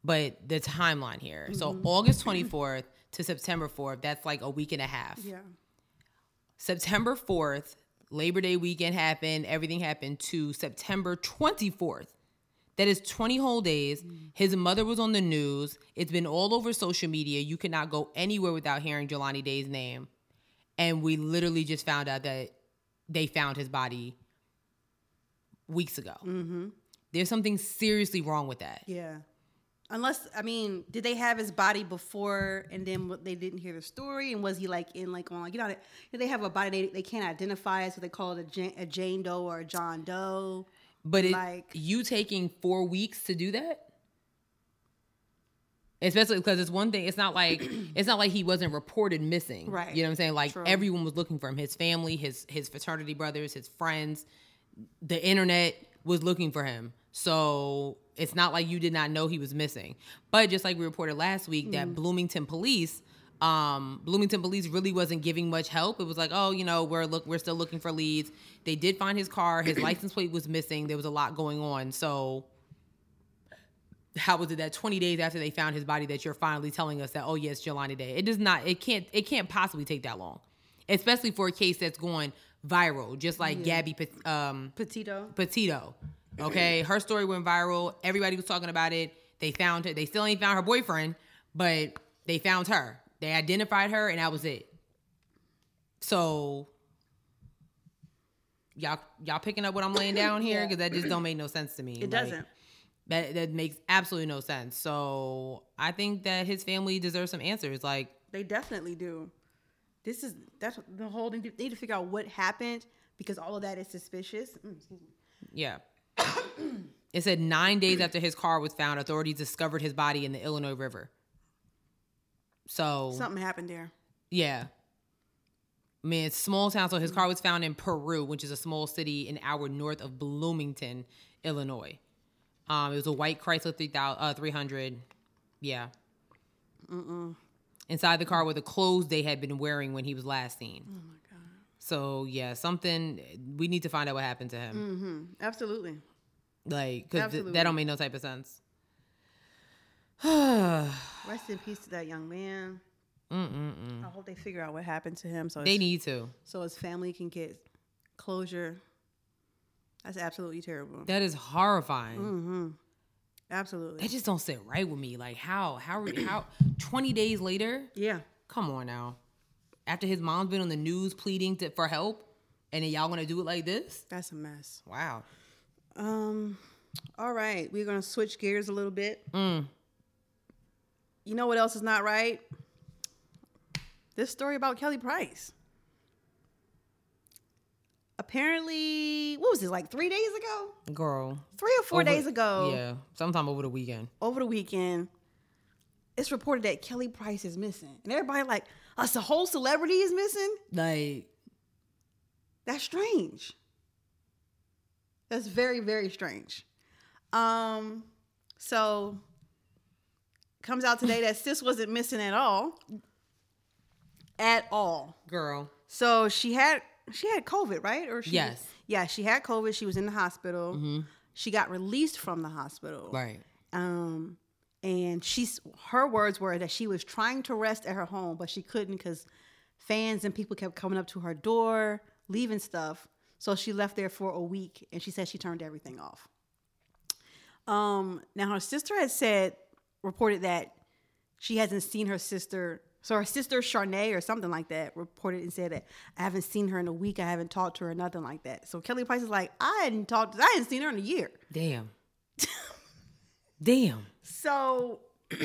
Speaker 1: But the timeline here. So August 24th to September 4th, that's like a week and a half.
Speaker 2: Yeah.
Speaker 1: September 4th, Labor Day weekend happened, everything happened to September 24th. That is 20 whole days. His mother was on the news. It's been all over social media. You cannot go anywhere without hearing Jelani Day's name. And we literally just found out that they found his body weeks ago.
Speaker 2: Mm-hmm.
Speaker 1: There's something seriously wrong with that.
Speaker 2: Yeah. Unless I mean, did they have his body before, and then what- they didn't hear the story, and was he like in like on like you know how they have a body they, they can't identify it, so they call it a Jane, a Jane Doe or a John Doe.
Speaker 1: But it,
Speaker 2: Like-
Speaker 1: you taking four weeks to do that, especially because it's one thing. It's not like it's not like he wasn't reported missing,
Speaker 2: Right.
Speaker 1: You know what I'm saying? Like
Speaker 2: True.
Speaker 1: everyone was looking for him. His family, his his fraternity brothers, his friends, the internet was looking for him. So it's not like you did not know he was missing. But just like we reported last week,
Speaker 2: Mm.
Speaker 1: that Bloomington police. Um, Bloomington police really wasn't giving much help. It was like, oh, you know, we're look, we're still looking for leads. They did find his car. His license plate was missing. There was a lot going on. So, how was it that 20 days after they found his body that you're finally telling us that, oh, yes, Jelani Day? It does not. It can't. It can't possibly take that long, especially for a case that's going viral, just like Gabby Pat- um,
Speaker 2: Petito.
Speaker 1: Petito. Okay, her story went viral. Everybody was talking about it. They found her. They still ain't found her boyfriend, but they found her. They identified her, and that was it. So y'all y'all picking up what I'm laying down here because that just don't make no sense to me.
Speaker 2: It doesn't.
Speaker 1: That that makes absolutely no sense. So I think that his family deserves some answers. Like
Speaker 2: They definitely do. This is that's the whole thing. They need to figure out what happened because all of that is suspicious. Mm, excuse me.
Speaker 1: Yeah. it said nine days after his car was found, authorities discovered his body in the Illinois River. So,
Speaker 2: Something happened there.
Speaker 1: yeah. I mean, it's small town. So his car was found in Peru, which is a small city an hour north of Bloomington, Illinois. Um, it was a white Chrysler 3000, uh, 300. Yeah. Inside the car were the clothes they had been wearing when he was last seen. Oh, my God. So, yeah, something, we need to find out what happened to him.
Speaker 2: Absolutely.
Speaker 1: Like, because
Speaker 2: Absolutely.
Speaker 1: that don't make no type of sense.
Speaker 2: Rest in peace to that young man. I hope they figure out what happened to him so
Speaker 1: They
Speaker 2: his,
Speaker 1: need to.
Speaker 2: so his family can get closure. That's absolutely terrible. Mm-hmm.
Speaker 1: That is horrifying.
Speaker 2: Absolutely.
Speaker 1: That just don't sit right with me. Like, how? How? are- How? Twenty days later?
Speaker 2: Yeah.
Speaker 1: Come on now. After his mom's been on the news pleading to, for help, and then y'all want to do it like this?
Speaker 2: That's a mess.
Speaker 1: Wow.
Speaker 2: Um all right, we're going to switch gears a little bit.
Speaker 1: Mm,
Speaker 2: You know what else is not right? This story about Kelly Price. Apparently, what was it like 3 days ago?
Speaker 1: Girl.
Speaker 2: 3 or 4
Speaker 1: Over-
Speaker 2: days ago.
Speaker 1: Yeah. Sometime over the weekend.
Speaker 2: over the weekend, it's reported that Kelly Price is missing. And everybody like, us a whole celebrity is missing?
Speaker 1: Like,
Speaker 2: That's strange. That's very, very strange. Um, so comes out today that sis wasn't missing at all. At all.
Speaker 1: girl.
Speaker 2: So she had she had COVID, right? Or she
Speaker 1: Yes.
Speaker 2: yeah, she had COVID. She was in the hospital. She got released from the hospital.
Speaker 1: Right.
Speaker 2: Um, and she's her words were that she was trying to rest at her home, but she couldn't because fans and people kept coming up to her door, leaving stuff. So she left there for a week, and she said she turned everything off. Um, now her sister had said reported that she hasn't seen her sister. So her sister Charnay or something like that reported and said that I haven't seen her in a week. I haven't talked to her, nothing like that. So Kelly Price is like, I hadn't talked, I hadn't seen her in a year.
Speaker 1: Damn. Damn.
Speaker 2: So,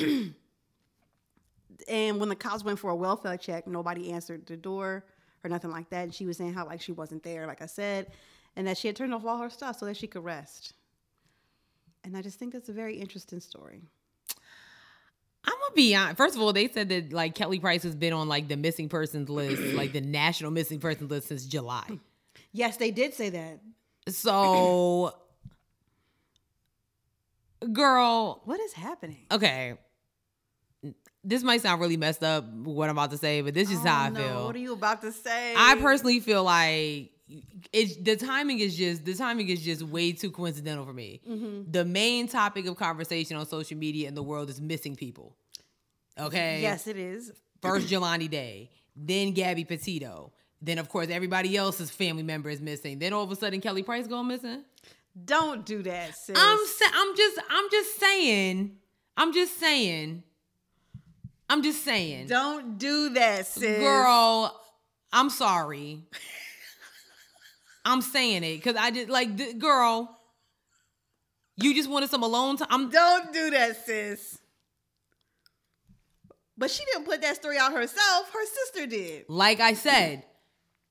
Speaker 2: and when the cops went for a welfare check, nobody answered the door or nothing like that. And she was saying how like she wasn't there, like I said, and that she had turned off all her stuff so that she could rest. And I just think that's a very interesting story.
Speaker 1: I'm gonna be honest. First of all, they said that like Kelly Price has been on like the missing persons list, like the national missing persons list since July.
Speaker 2: Yes, they did say that.
Speaker 1: So, girl,
Speaker 2: What is happening?
Speaker 1: okay. This might sound really messed up what I'm about to say, but this is how I
Speaker 2: Oh, no,
Speaker 1: feel.
Speaker 2: What are you about to say?
Speaker 1: I personally feel like it's the timing is just the timing is just way too coincidental for me.
Speaker 2: Mm-hmm.
Speaker 1: The main topic of conversation on social media in the world is missing people. Okay.
Speaker 2: Yes, it is.
Speaker 1: First Jelani Day, then Gabby Petito. Then of course everybody else's family member is missing. Then all of a sudden Kelly Price going missing.
Speaker 2: Don't do that, sis.
Speaker 1: I'm sa- I'm just I'm just saying. I'm just saying. I'm just saying.
Speaker 2: Don't do that, sis.
Speaker 1: Girl, I'm sorry. I'm saying it because I just like, th- girl, you just wanted some alone time. I'm
Speaker 2: Don't do that, sis. But she didn't put that story out herself. Her sister did.
Speaker 1: like I said,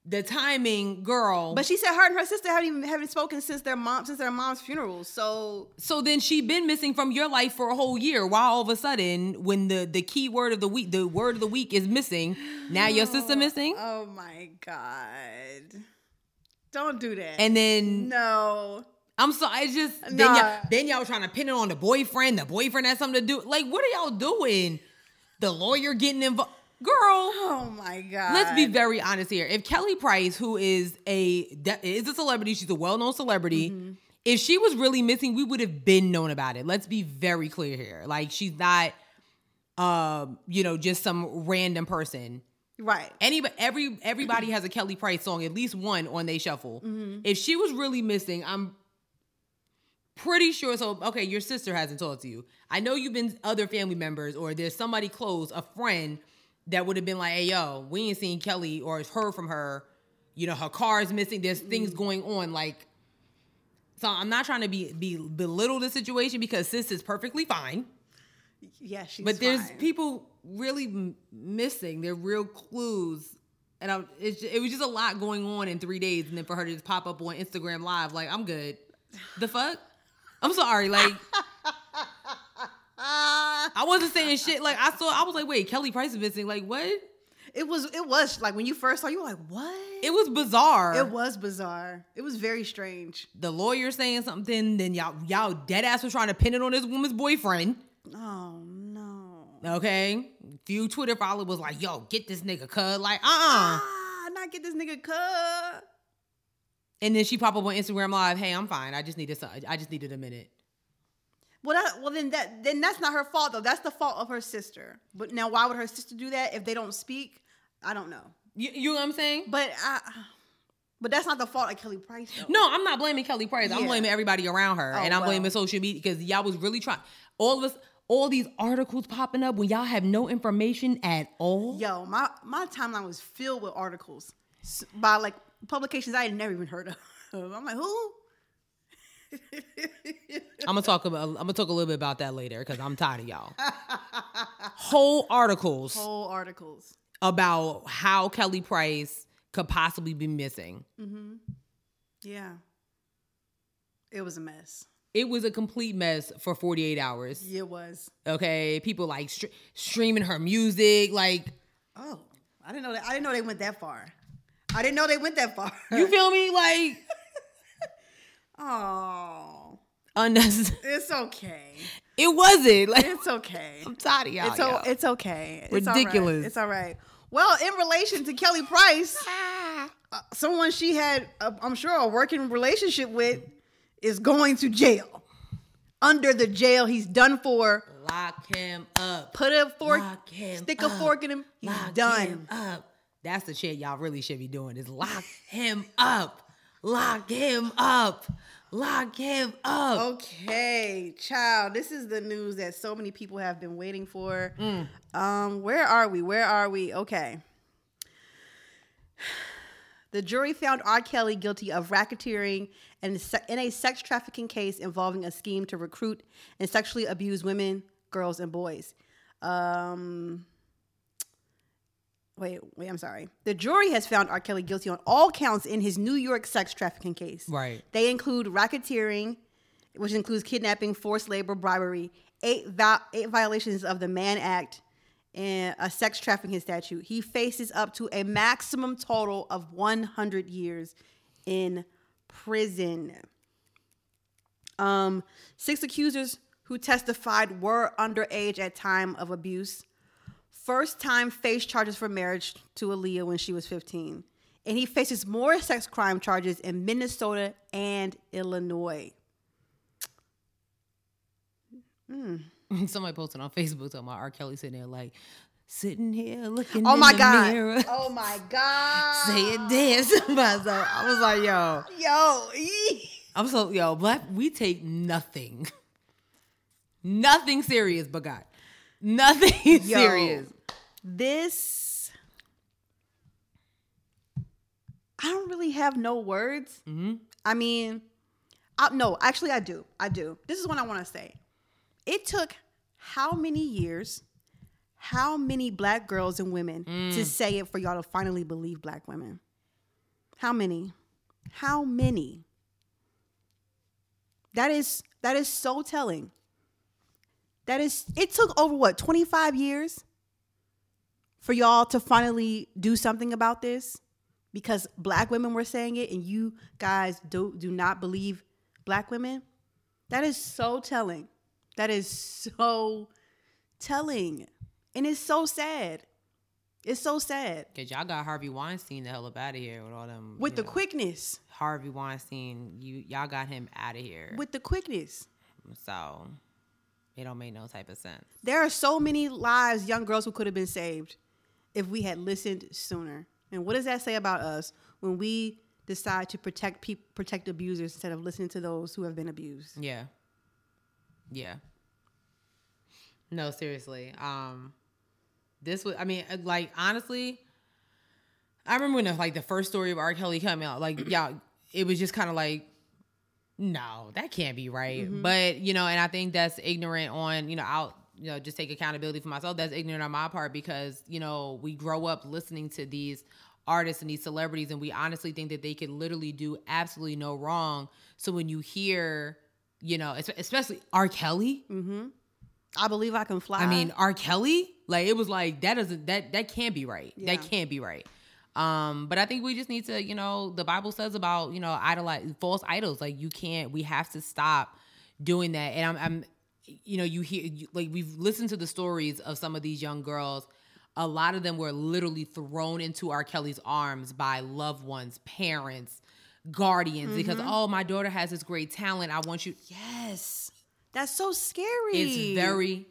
Speaker 1: the timing, girl.
Speaker 2: But she said her and her sister haven't even haven't spoken since their mom since their mom's funeral. So
Speaker 1: so then she been missing from your life for a whole year. Why all of a sudden, when the the key word of the week, the word of the week is missing, now your sister missing,
Speaker 2: Oh my God. Don't do that.
Speaker 1: and then
Speaker 2: no.
Speaker 1: I'm sorry, it's just then
Speaker 2: Nah.
Speaker 1: y'all then y'all trying to pin it on the boyfriend. The boyfriend has something to do. Like, what are y'all doing? The lawyer getting involved, girl.
Speaker 2: Oh my God.
Speaker 1: Let's be very honest here. If Kelly Price, who is a de- is a celebrity, she's a well known celebrity.
Speaker 2: Mm-hmm.
Speaker 1: If she was really missing, we would have been known about it. Let's be very clear here. Like, she's not, um, you know, just some random person
Speaker 2: right.
Speaker 1: anybody every everybody has a Kelly Price song, at least one on they shuffle. If she was really missing, I'm pretty sure. So okay, your sister hasn't talked to you. I know you've been other family members, or there's somebody close, a friend that would have been like, "Hey, yo, we ain't seen Kelly or heard from her. You know, her car's missing. There's things going on like." So I'm not trying to be, be belittle the situation because sis is perfectly fine.
Speaker 2: Yeah, she's
Speaker 1: But there's
Speaker 2: fine.
Speaker 1: people really m- missing. They're real clues. And I, it's ju- it was just a lot going on in three days. And then for her to just pop up on Instagram Live, like, I'm good. The fuck? I'm sorry. Like,
Speaker 2: Ah.
Speaker 1: I wasn't saying shit. Like, I saw, I was like, wait, Kelly Price is missing. Like, what?
Speaker 2: It was it was like when you first saw you were like, what?
Speaker 1: It was bizarre.
Speaker 2: it was bizarre. It was very strange.
Speaker 1: the lawyer saying something, then y'all, y'all dead ass was trying to pin it on this woman's boyfriend.
Speaker 2: Oh no.
Speaker 1: Okay. Few Twitter followers was like, yo, get this nigga, cuz. Like, uh uh
Speaker 2: Ah, not get this nigga cut.
Speaker 1: And then she pop up on Instagram Live. Hey, I'm fine. I just needed. some- I just needed a minute.
Speaker 2: Well, that, well then that then that's not her fault though. That's the fault of her sister. But now why would her sister do that if they don't speak? I don't know.
Speaker 1: You, you know what I'm saying?
Speaker 2: But I but that's not the fault of Kelly Price though.
Speaker 1: No, I'm not blaming Kelly Price. I'm
Speaker 2: Yeah.
Speaker 1: blaming everybody around her,
Speaker 2: Oh,
Speaker 1: and I'm
Speaker 2: well.
Speaker 1: blaming social media because y'all was really trying. All of us, all these articles popping up when y'all have no information at all.
Speaker 2: Yo, my my timeline was filled with articles s- by like publications I had never even heard of. I'm like, who?
Speaker 1: I'm gonna talk about. I'm gonna talk a little bit about that later because I'm tired of y'all. Whole articles
Speaker 2: Whole articles.
Speaker 1: about how Kelly Price could possibly be missing.
Speaker 2: Yeah. It was a mess.
Speaker 1: It was a complete mess for 48 hours.
Speaker 2: It was.
Speaker 1: Okay, people like str- streaming her music, like.
Speaker 2: Oh, I didn't know that. I didn't know they went that far. I didn't know they went that far.
Speaker 1: You feel me? Like
Speaker 2: oh,
Speaker 1: unnecessary.
Speaker 2: it's okay.
Speaker 1: It wasn't like
Speaker 2: It's okay.
Speaker 1: I'm tired of y'all.
Speaker 2: It's, o-
Speaker 1: y'all.
Speaker 2: it's okay. It's
Speaker 1: Ah,
Speaker 2: all right.
Speaker 1: Ridiculous.
Speaker 2: It's all right. Well, in relation to Kelly Price, uh, someone she had, uh, I'm sure, a working relationship with is going to jail. Under the jail, he's done for.
Speaker 1: Lock him up.
Speaker 2: Put a fork,
Speaker 1: Lock him
Speaker 2: stick a
Speaker 1: up.
Speaker 2: fork in him. He's
Speaker 1: Lock
Speaker 2: done.
Speaker 1: him up. That's the shit y'all really should be doing is lock him up. Lock him up. Lock him up.
Speaker 2: Okay, child, this is the news that so many people have been waiting for. Um, where are we? Where are we? Okay. The jury found R. Kelly guilty of racketeering and se- in a sex trafficking case involving a scheme to recruit and sexually abuse women, girls, and boys. Um, wait, wait, I'm sorry. The jury has found R. Kelly guilty on all counts in his New York sex trafficking case.
Speaker 1: Right.
Speaker 2: They include racketeering, which includes kidnapping, forced labor, bribery, eight, vi- eight violations of the Mann Act, and a sex trafficking statute. He faces up to a maximum total of 100 years in prison. Um, six accusers who testified were underage at time of abuse. First time faced charges for marriage to Aaliyah when she was 15. And he faces more sex crime charges in Minnesota and Illinois.
Speaker 1: Somebody posted on Facebook talking about R. Kelly sitting there like sitting here looking.
Speaker 2: Oh
Speaker 1: in
Speaker 2: my
Speaker 1: the
Speaker 2: God.
Speaker 1: mirror,
Speaker 2: Oh my God.
Speaker 1: saying this. so I was like, yo,
Speaker 2: Yo. eee.
Speaker 1: I'm so yo black. We take nothing, nothing serious, but God, nothing
Speaker 2: Yo.
Speaker 1: serious.
Speaker 2: This. I don't really have no words. I mean, I, no, actually, I do. I do. This is what I want to say. It took how many years, how many black girls and women to say it for y'all to finally believe black women? How many? How many? That is that is so telling. That is it took over what 25 years for y'all to finally do something about this because black women were saying it and you guys do do not believe black women. That is so telling. That is so telling. And it's so sad. It's so sad.
Speaker 1: Cause y'all got Harvey Weinstein the hell up out of here with all them
Speaker 2: With
Speaker 1: you
Speaker 2: the
Speaker 1: know,
Speaker 2: quickness.
Speaker 1: Harvey Weinstein. You y'all got him out of here.
Speaker 2: With the quickness.
Speaker 1: so it don't make no type of sense.
Speaker 2: There are so many lives, young girls who could have been saved if we had listened sooner. And what does that say about us when we decide to protect people, protect abusers instead of listening to those who have been abused?
Speaker 1: Yeah. Yeah. No, seriously. Um this was I mean, uh, like honestly, I remember when the, like the first story of R. Kelly came out, like y'all it was just kind of like no, that can't be right. But, you know, and I think that's ignorant on, you know, I'll, you know, just take accountability for myself. That's ignorant on my part because, you know, we grow up listening to these artists and these celebrities and we honestly think that they could literally do absolutely no wrong. So when you hear, you know, es- especially R. Kelly,
Speaker 2: Mm-hmm. I believe I can fly.
Speaker 1: I mean, R. Kelly, like it was like that doesn't that that can't be right.
Speaker 2: Yeah.
Speaker 1: That can't be right. Um, but I think we just need to, you know, the Bible says about you know idolize false idols. Like you can't. We have to stop doing that. And I'm, I'm you know, you hear you, like we've listened to the stories of some of these young girls. A lot of them were literally thrown into R. Kelly's arms by loved ones, parents, guardians, because
Speaker 2: Mm-hmm.
Speaker 1: oh, my daughter has this great talent. I want you.
Speaker 2: yes, that's so scary.
Speaker 1: It's very,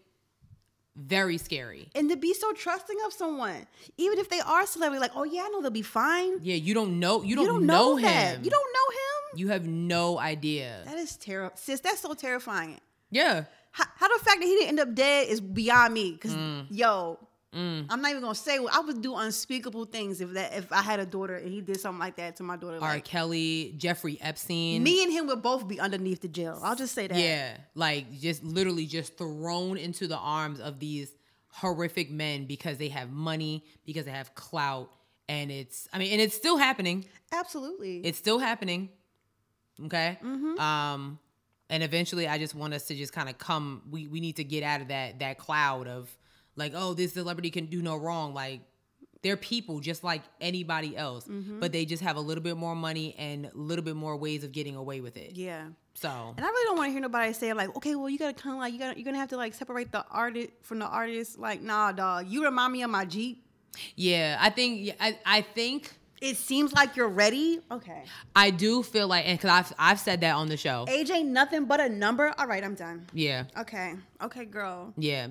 Speaker 1: very scary.
Speaker 2: and to be so trusting of someone, even if they are a celebrity, like, oh yeah, I know they'll be fine.
Speaker 1: Yeah, you don't know. You don't,
Speaker 2: You don't
Speaker 1: know,
Speaker 2: know, that.
Speaker 1: him.
Speaker 2: You don't know him.
Speaker 1: You have no idea.
Speaker 2: That is terrible, sis. That's so terrifying.
Speaker 1: yeah.
Speaker 2: How, how the fact that he didn't end up dead is beyond me. Cause
Speaker 1: Mm.
Speaker 2: yo, I'm not even gonna say. what I would do unspeakable things if that if I had a daughter and he did something like that to my daughter.
Speaker 1: R.
Speaker 2: Like
Speaker 1: Kelly, Jeffrey Epstein.
Speaker 2: me and him would both be underneath the jail. I'll just say that.
Speaker 1: Yeah, like just literally just thrown into the arms of these horrific men because they have money, because they have clout, and it's. I mean, and it's still happening.
Speaker 2: absolutely.
Speaker 1: It's still happening. Okay. Um, and eventually, I just want us to just kind of come. We we need to get out of that that cloud of like, oh, this celebrity can do no wrong. Like they're people just like anybody else, but they just have a little bit more money and a little bit more ways of getting away with it.
Speaker 2: yeah.
Speaker 1: So
Speaker 2: And I really don't want to hear nobody say like, okay, well, you gotta kind of like you gotta you're gonna have to like separate the artist from the artist. Like, nah, dog, you remind me of my Jeep.
Speaker 1: Yeah, I think I, I think
Speaker 2: It seems like you're ready. Okay.
Speaker 1: I do feel like and cuz I've I've said that on the show.
Speaker 2: AJ, nothing but a number. All right, I'm done.
Speaker 1: Yeah.
Speaker 2: Okay. Okay, girl.
Speaker 1: Yeah.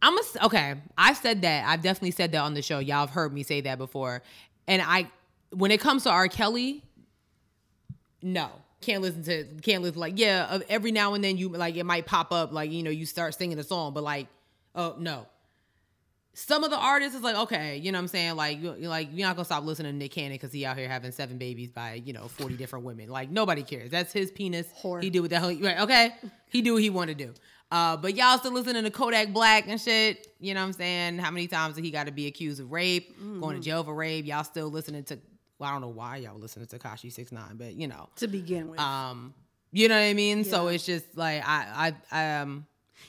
Speaker 1: I'm a, s- okay. I've said that. I've definitely said that on the show. Y'all have heard me say that before. And I, when it comes to R. Kelly, no, can't listen to, can't listen. Like, yeah, of- every now and then you like it might pop up, like you know, you start singing a song, but like, oh no. Some of the artists is like, okay, you know what I'm saying? Like, you you're like you're not gonna stop listening to Nick Cannon because he out here having seven babies by you know 40 different women. Like nobody cares. That's his penis.
Speaker 2: Whore.
Speaker 1: He do what the hell. Right? Okay, he do what he want to do. Uh, but y'all still listening to Kodak Black and shit. You know what I'm saying? How many times did he got to be accused of rape, going to jail for rape? Y'all still listening to? Well, I don't know why y'all listening to Takashi Six Nine, but you know,
Speaker 2: To begin with.
Speaker 1: um, you know what I mean. So it's just like I, I, um,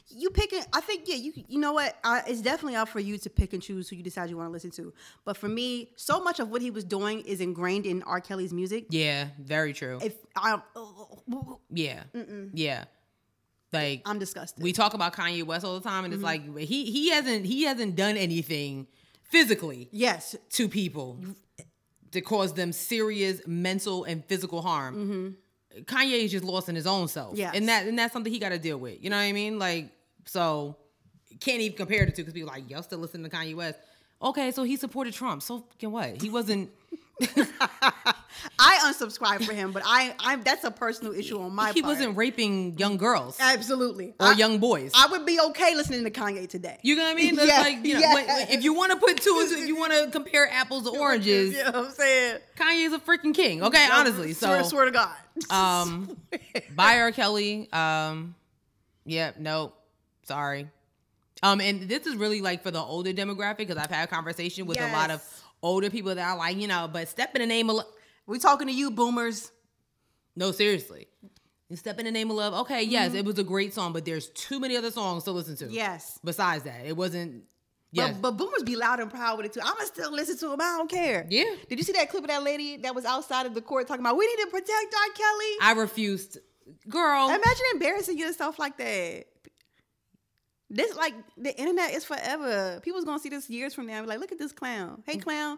Speaker 2: you pick it. I think yeah. You you know what? I, it's definitely up for you to pick and choose who you decide you want to listen to. But for me, so much of what he was doing is ingrained in R. Kelly's music.
Speaker 1: yeah, very true.
Speaker 2: If I,
Speaker 1: yeah, yeah, like
Speaker 2: I'm Mm-hmm. disgusted.
Speaker 1: we talk about Kanye West all the time, and it's like he he hasn't he hasn't done anything physically
Speaker 2: yes,
Speaker 1: to people to cause them serious mental and physical harm. Kanye is just lost in his own self,
Speaker 2: Mm-hmm. Yes.
Speaker 1: and that and that's something he got to deal with. You know what I mean? Like so, can't even compare the two because people are like y'all still listening to Kanye West. Okay, so he supported Trump. So fucking what? He wasn't.
Speaker 2: I unsubscribe for him, but I I that's a personal issue on my
Speaker 1: he
Speaker 2: part.
Speaker 1: wasn't raping young girls
Speaker 2: absolutely
Speaker 1: or
Speaker 2: I,
Speaker 1: young boys.
Speaker 2: I would be okay listening to Kanye today.
Speaker 1: you know what I mean? That's
Speaker 2: Yeah,
Speaker 1: like you know,
Speaker 2: yeah.
Speaker 1: when- when- if you want to put two, and two if you want to compare apples to oranges,
Speaker 2: You know what I'm saying?
Speaker 1: Kanye's a freaking king. Okay, honestly. So
Speaker 2: swear, swear to God.
Speaker 1: Um, by R. Kelly. Um, yeah, no, sorry. Um, and this is really like for the older demographic because I've had a conversation with a lot of
Speaker 2: Yes.
Speaker 1: older people that are like, you know, but step in the name of lo-
Speaker 2: we talking to you, boomers.
Speaker 1: no, seriously, You step in the name of love. Okay, yes,
Speaker 2: Mm-hmm.
Speaker 1: it was a great song, but there's too many other songs to listen to.
Speaker 2: Yes.
Speaker 1: Besides that, it wasn't. Yes.
Speaker 2: But, but boomers be loud and proud with it too. I'ma still listen to him. I don't care.
Speaker 1: Yeah.
Speaker 2: Did you see that clip of that lady that was outside of the court talking about we need to protect R. Kelly?
Speaker 1: I refused, girl.
Speaker 2: Imagine embarrassing yourself like that. This like the internet is forever. People's gonna see this years from now. and Be like, look at this clown. Hey clown,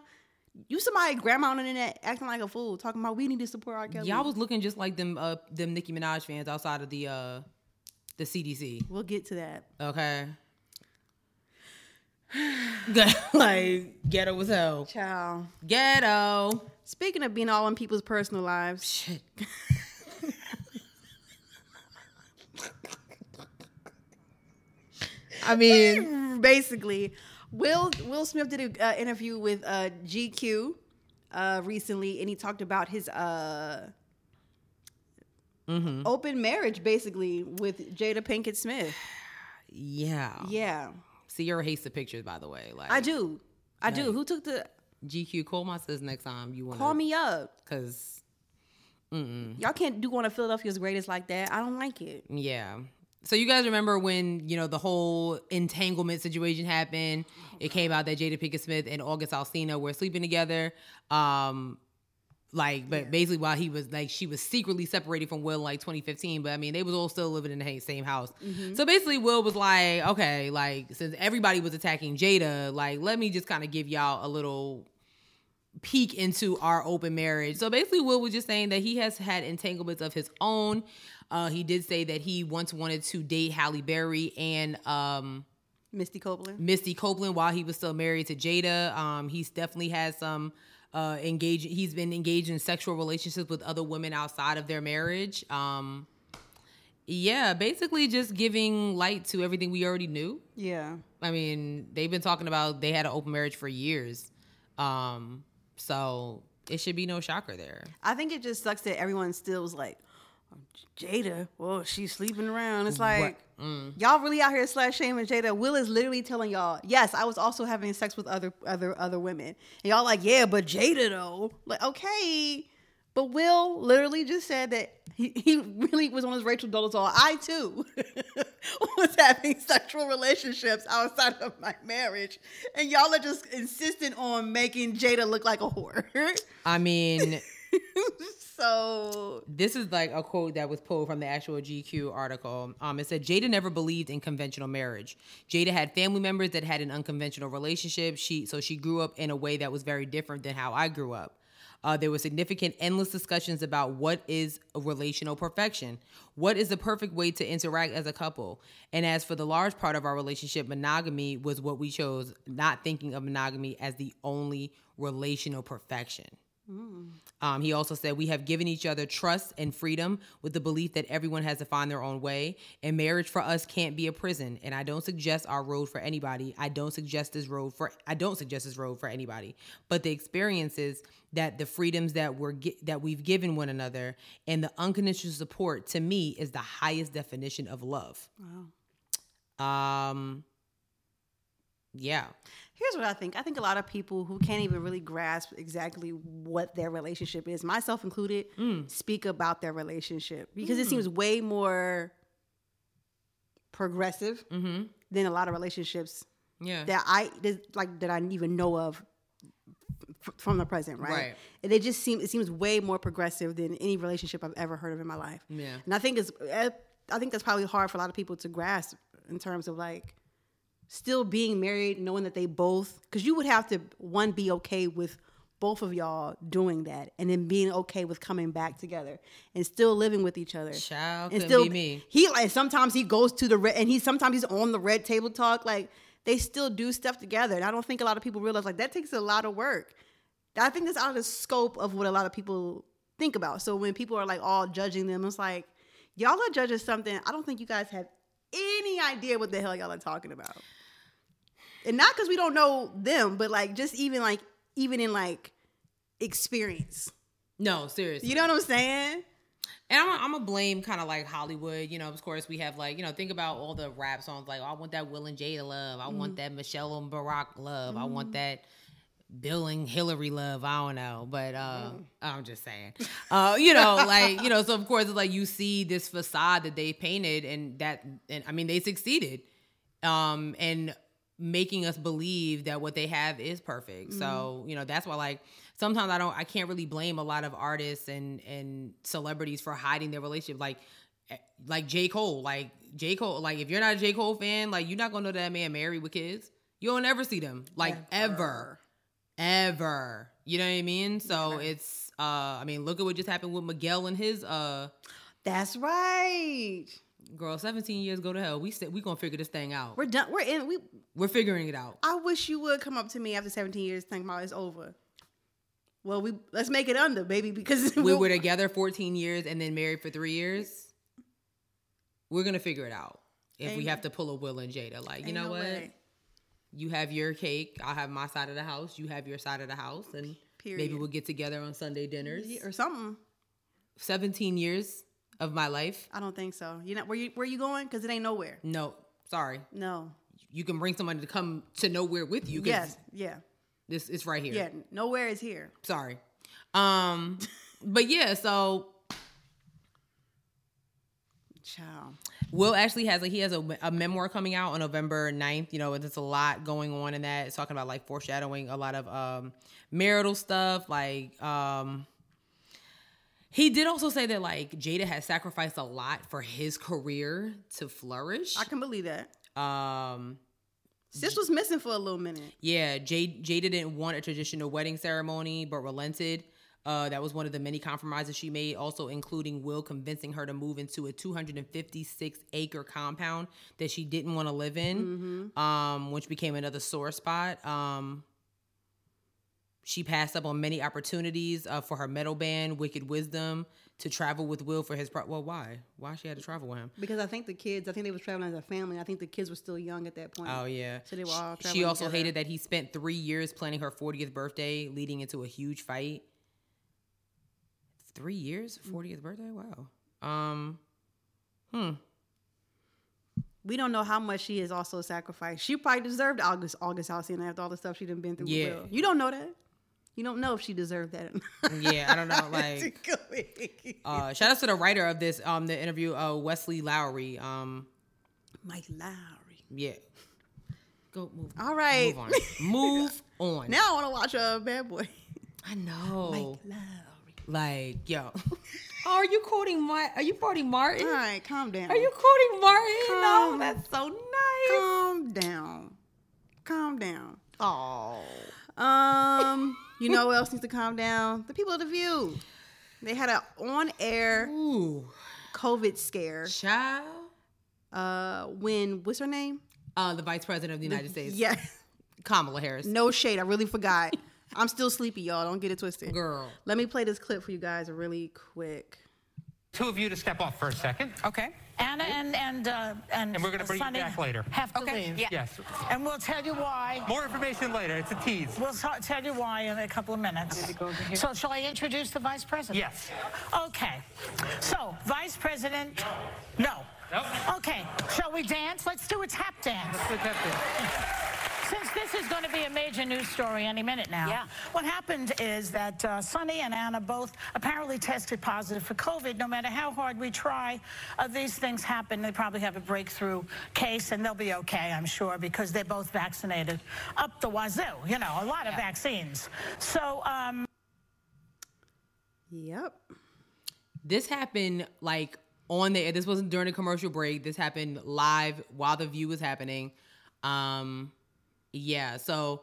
Speaker 2: you somebody grandma on the internet acting like a fool, talking about we need to support R. Kelly.
Speaker 1: Y'all was looking just like them uh them Nicki Minaj fans outside of the uh the CDC.
Speaker 2: we'll get to that.
Speaker 1: Okay. Good. like ghetto as hell.
Speaker 2: Ciao.
Speaker 1: Ghetto.
Speaker 2: Speaking of being all in people's personal lives,
Speaker 1: Shit. I mean,
Speaker 2: basically, Will Will Smith did an uh, interview with uh, GQ uh, recently, and he talked about his uh, open marriage, basically, with Jada Pinkett Smith.
Speaker 1: yeah.
Speaker 2: Yeah,
Speaker 1: Sierra hates the pictures, by the way. Like
Speaker 2: I do, I do. Who took the
Speaker 1: GQ, call my sis next time you want
Speaker 2: call me up?
Speaker 1: because
Speaker 2: Y'all can't do one of Philadelphia's greatest like that. I don't like it.
Speaker 1: Yeah. So you guys remember when you know the whole entanglement situation happened? It came out that Jada Pinkett Smith and August Alsina were sleeping together. Um, like, but basically while he was like, she was secretly separated from Will in like 2015. But I mean, they was all still living in the ha- same house. So basically, Will was like, okay, like since everybody was attacking Jada, like let me just kind of give y'all a little peek into our open marriage. So basically, Will was just saying that he has had entanglements of his own. Uh, he did say that he once wanted to date Halle Berry and um,
Speaker 2: Misty Copeland.
Speaker 1: Misty Copeland while he was still married to Jada. Um, he's definitely had some uh, engage. He's been engaged in sexual relationships with other women outside of their marriage. Um, yeah, basically just giving light to everything we already knew.
Speaker 2: Yeah.
Speaker 1: I mean, they've been talking about they had an open marriage for years. Um, so it should be no shocker there.
Speaker 2: I think it just sucks that everyone still was like, "Oh, Jada, well, she's sleeping around. It's like, y'all really out here slash shaming Jada. Will is literally telling y'all, yes, I was also having sex with other other other women. And y'all like, yeah, but Jada though. Like, okay. But Will literally just said that he, he really was on his Rachel Dolezal. I too was having sexual relationships outside of my marriage. And y'all are just insisting on making Jada look like a whore.
Speaker 1: I mean,
Speaker 2: so
Speaker 1: This is like a quote that was pulled from the actual GQ article. Um, it said Jada never believed in conventional marriage. Jada had family members that had an unconventional relationship. She so she grew up in a way that was very different than how I grew up. Uh, there were significant, endless discussions about what is a relational perfection, what is the perfect way to interact as a couple, and as for the large part of our relationship, monogamy was what we chose, not thinking of monogamy as the only relational perfection. Um, he also said, We have given each other trust and freedom with the belief that everyone has to find their own way. And marriage for us can't be a prison. And I don't suggest our road for anybody. I don't suggest this road for I don't suggest this road for anybody. But the experiences that the freedoms that we're gi- that we've given one another and the unconditional support to me is the highest definition of love. Um yeah.
Speaker 2: Here's what I think. I think a lot of people who can't even really grasp exactly what their relationship is, myself included, speak about their relationship because it seems way more progressive
Speaker 1: Mhm.
Speaker 2: than a lot of relationships
Speaker 1: Yeah.
Speaker 2: that I that- like that I didn't even know of f- from the present, right?
Speaker 1: Right.
Speaker 2: And it just seems it seems way more progressive than any relationship I've ever heard of in my life.
Speaker 1: Yeah.
Speaker 2: And I think it's eh, I think that's probably hard for a lot of people to grasp in terms of like still being married, knowing that they both because you would have to one be okay with both of y'all doing that and then being okay with coming back together and still living with each other
Speaker 1: Child
Speaker 2: and
Speaker 1: couldn't
Speaker 2: still
Speaker 1: be me.
Speaker 2: he like sometimes he goes to the red and he sometimes he's on the red table talk like they still do stuff together and i don't think a lot of people realize like that takes a lot of work i think that's out of the scope of what a lot of people think about so when people are like all judging them it's like y'all are judging something i don't think you guys have any idea what the hell y'all are talking about and not because we don't know them but like just even like even in like experience
Speaker 1: No, seriously.
Speaker 2: you know what i'm saying
Speaker 1: And I'm gonna- I'm gonna blame kind of like Hollywood, you know. Of course, we have like you know, think about all the rap songs. Like, I want that Will and Jada love. I want that Michelle and Barack love. I want that Bill and Hillary love. I don't know, but uh, I'm just saying, uh, you know, like you know. So of course, it's like you see this facade that they painted, and that, and I mean, they succeeded, um, and making us believe that what they have is perfect. So you know, that's why like sometimes I don't, I can't really blame a lot of artists and and celebrities for hiding their relationship, like eh, like J Cole, like J Cole, like if you're not a J Cole fan, like you're not gonna know that man married with kids. You don't ever see them, like ever ever. You know what I mean? So it's uh I mean, look at what just happened with Miguel and his uh
Speaker 2: that's right
Speaker 1: girl, 17 years go to hell. We said we gonna figure this thing out. We're,
Speaker 2: We're done. We're in. We.
Speaker 1: figuring it out.
Speaker 2: I wish you would come up to me after 17 years, talking about it's over. Well, we let's make it under, baby, because
Speaker 1: We were together 14 years and then married for three years. We're gonna figure it out. If we
Speaker 2: Amen.
Speaker 1: have to pull a Will and Jada. Like, you
Speaker 2: Ain't
Speaker 1: know
Speaker 2: no
Speaker 1: what?
Speaker 2: way.
Speaker 1: You have your cake, I'll have my side of the house, you have your side of the house, and maybe
Speaker 2: Period.
Speaker 1: we'll get together on Sunday dinners.
Speaker 2: Yeah, or something.
Speaker 1: 17 years of my life.
Speaker 2: I don't think so. You know where you where you going? Because it ain't nowhere.
Speaker 1: No, sorry.
Speaker 2: No.
Speaker 1: You can bring somebody to come to nowhere with you. 'cause
Speaker 2: Yes. Yeah.
Speaker 1: This it's right here.
Speaker 2: Yeah. Nowhere is here.
Speaker 1: Sorry. Um but yeah, so
Speaker 2: Child.
Speaker 1: Will actually has like he has a, a memoir coming out on November 9th. You know, there's a lot going on in that. It's talking about like foreshadowing a lot of um marital stuff, like um he did also say that like Jada has sacrificed a lot for his career to flourish.
Speaker 2: I can believe that.
Speaker 1: Um
Speaker 2: Sis was missing for a little minute.
Speaker 1: Yeah, Jade, Jada didn't want a traditional wedding ceremony, but relented. Uh, that was one of the many compromises she made, also including Will convincing her to move into a 256 acre compound that she didn't want to live
Speaker 2: Mm-hmm.
Speaker 1: in, um, which became another sore spot. Um, she passed up on many opportunities uh, for her metal band, Wicked Wisdom, to travel with Will for his. Pro- well, why? Why she had to travel with him?
Speaker 2: Because I think the kids, I think they was traveling as a family. I think the kids were still young at that point.
Speaker 1: Oh yeah.
Speaker 2: So they were
Speaker 1: She-
Speaker 2: all
Speaker 1: she,
Speaker 2: traveling
Speaker 1: also
Speaker 2: together.
Speaker 1: hated that he spent three years planning her 40th birthday, leading into a huge fight. Three years,
Speaker 2: Mm.
Speaker 1: 40th birthday. Wow. Um. Hmm.
Speaker 2: We don't know how much she has also sacrificed. She probably deserved August August Alcina after all the stuff she done been through. with
Speaker 1: Yeah.
Speaker 2: Will. You don't know that. You don't know if she deserved that.
Speaker 1: Yeah, I don't know, like- Uh, shout out to the writer of this, um, the interview, uh, Wesley Lowry. Um,
Speaker 2: Mike Lowry.
Speaker 1: yeah. Go move.
Speaker 2: All right.
Speaker 1: Move on. Move on.
Speaker 2: Now I want to watch a uh, Bad Boy.
Speaker 1: I know.
Speaker 2: Lowry.
Speaker 1: Like, yo, Oh, are you quoting my? Are you quoting Martin?
Speaker 2: All right, calm down.
Speaker 1: Are you quoting Martin? oh,
Speaker 2: Come-
Speaker 1: that's so nice.
Speaker 2: calm down? Calm down.
Speaker 1: Oh,
Speaker 2: Um, you know what else needs to calm down? The people of the View. They had an on-air
Speaker 1: ooh,
Speaker 2: COVID scare
Speaker 1: child.
Speaker 2: uh, when what's her name?
Speaker 1: Uh, the vice president of the United States,
Speaker 2: Yeah,
Speaker 1: Kamala Harris.
Speaker 2: no shade. I really forgot. I'm still sleepy, y'all. Don't get it twisted.
Speaker 1: Girl,
Speaker 2: Let me play this clip for you guys really quick.
Speaker 3: two of you to step off for a second. Uh,
Speaker 4: Okay.
Speaker 5: Anna and and uh, and,
Speaker 3: And we're gonna bring you
Speaker 5: Sonny
Speaker 3: back later.
Speaker 5: Have to
Speaker 4: Okay,
Speaker 5: leave.
Speaker 4: yeah.
Speaker 3: Yes.
Speaker 5: And we'll tell you why.
Speaker 3: More information later. It's a tease.
Speaker 5: We'll t- tell you why in a couple of minutes. So shall I introduce the vice president?
Speaker 3: Yes.
Speaker 5: Okay. So vice president, no.
Speaker 3: Nope.
Speaker 5: Okay. Shall we dance? Let's do a tap dance.
Speaker 3: Let's look at this.
Speaker 5: Since this is going to be a major news story any minute now,
Speaker 4: Yeah.
Speaker 5: what happened is that uh, Sonny and Anna both apparently tested positive for COVID. No matter how hard we try, uh, these things happen. They probably have a breakthrough case, and they'll be okay, I'm sure, because they're both vaccinated up the wazoo. You know, a lot of vaccines. So. Um,
Speaker 2: Yep.
Speaker 1: this happened like on the air. This wasn't during a commercial break. This happened live while the view was happening. Um, yeah, so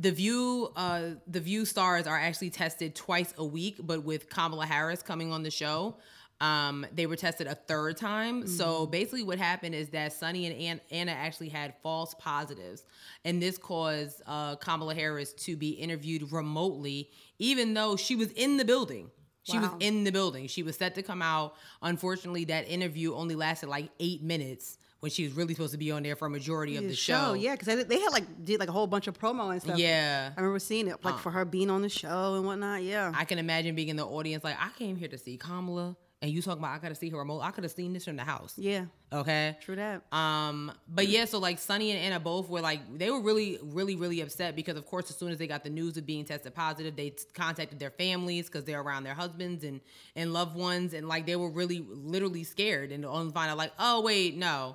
Speaker 1: the view uh the view stars are actually tested twice a week but with kamala harris coming on the show um they were tested a third time so basically what happened is that sunny and An- anna actually had false positives and this caused uh kamala harris to be interviewed remotely even though she was in the building she was in the building she was set to come out unfortunately that interview only lasted like eight minutes when she was really supposed to be on there for a majority of the show
Speaker 2: yeah, because they, they had like did like a whole bunch of promo and stuff.
Speaker 1: yeah Uh.
Speaker 2: I remember seeing it like for her being on the show and whatnot. Yeah,
Speaker 1: I can imagine being in the audience like I came here to see Kamala and you talking about I gotta see her remote. I could have seen this from the house.
Speaker 2: yeah,
Speaker 1: Okay.
Speaker 2: true that.
Speaker 1: Um, but yeah, so like Sunny and Anna both were like they were really, really, really upset because of course as soon as they got the news of being tested positive, they t- contacted their families because they're around their husbands and and loved ones and like they were really, literally scared and only find out like oh wait no,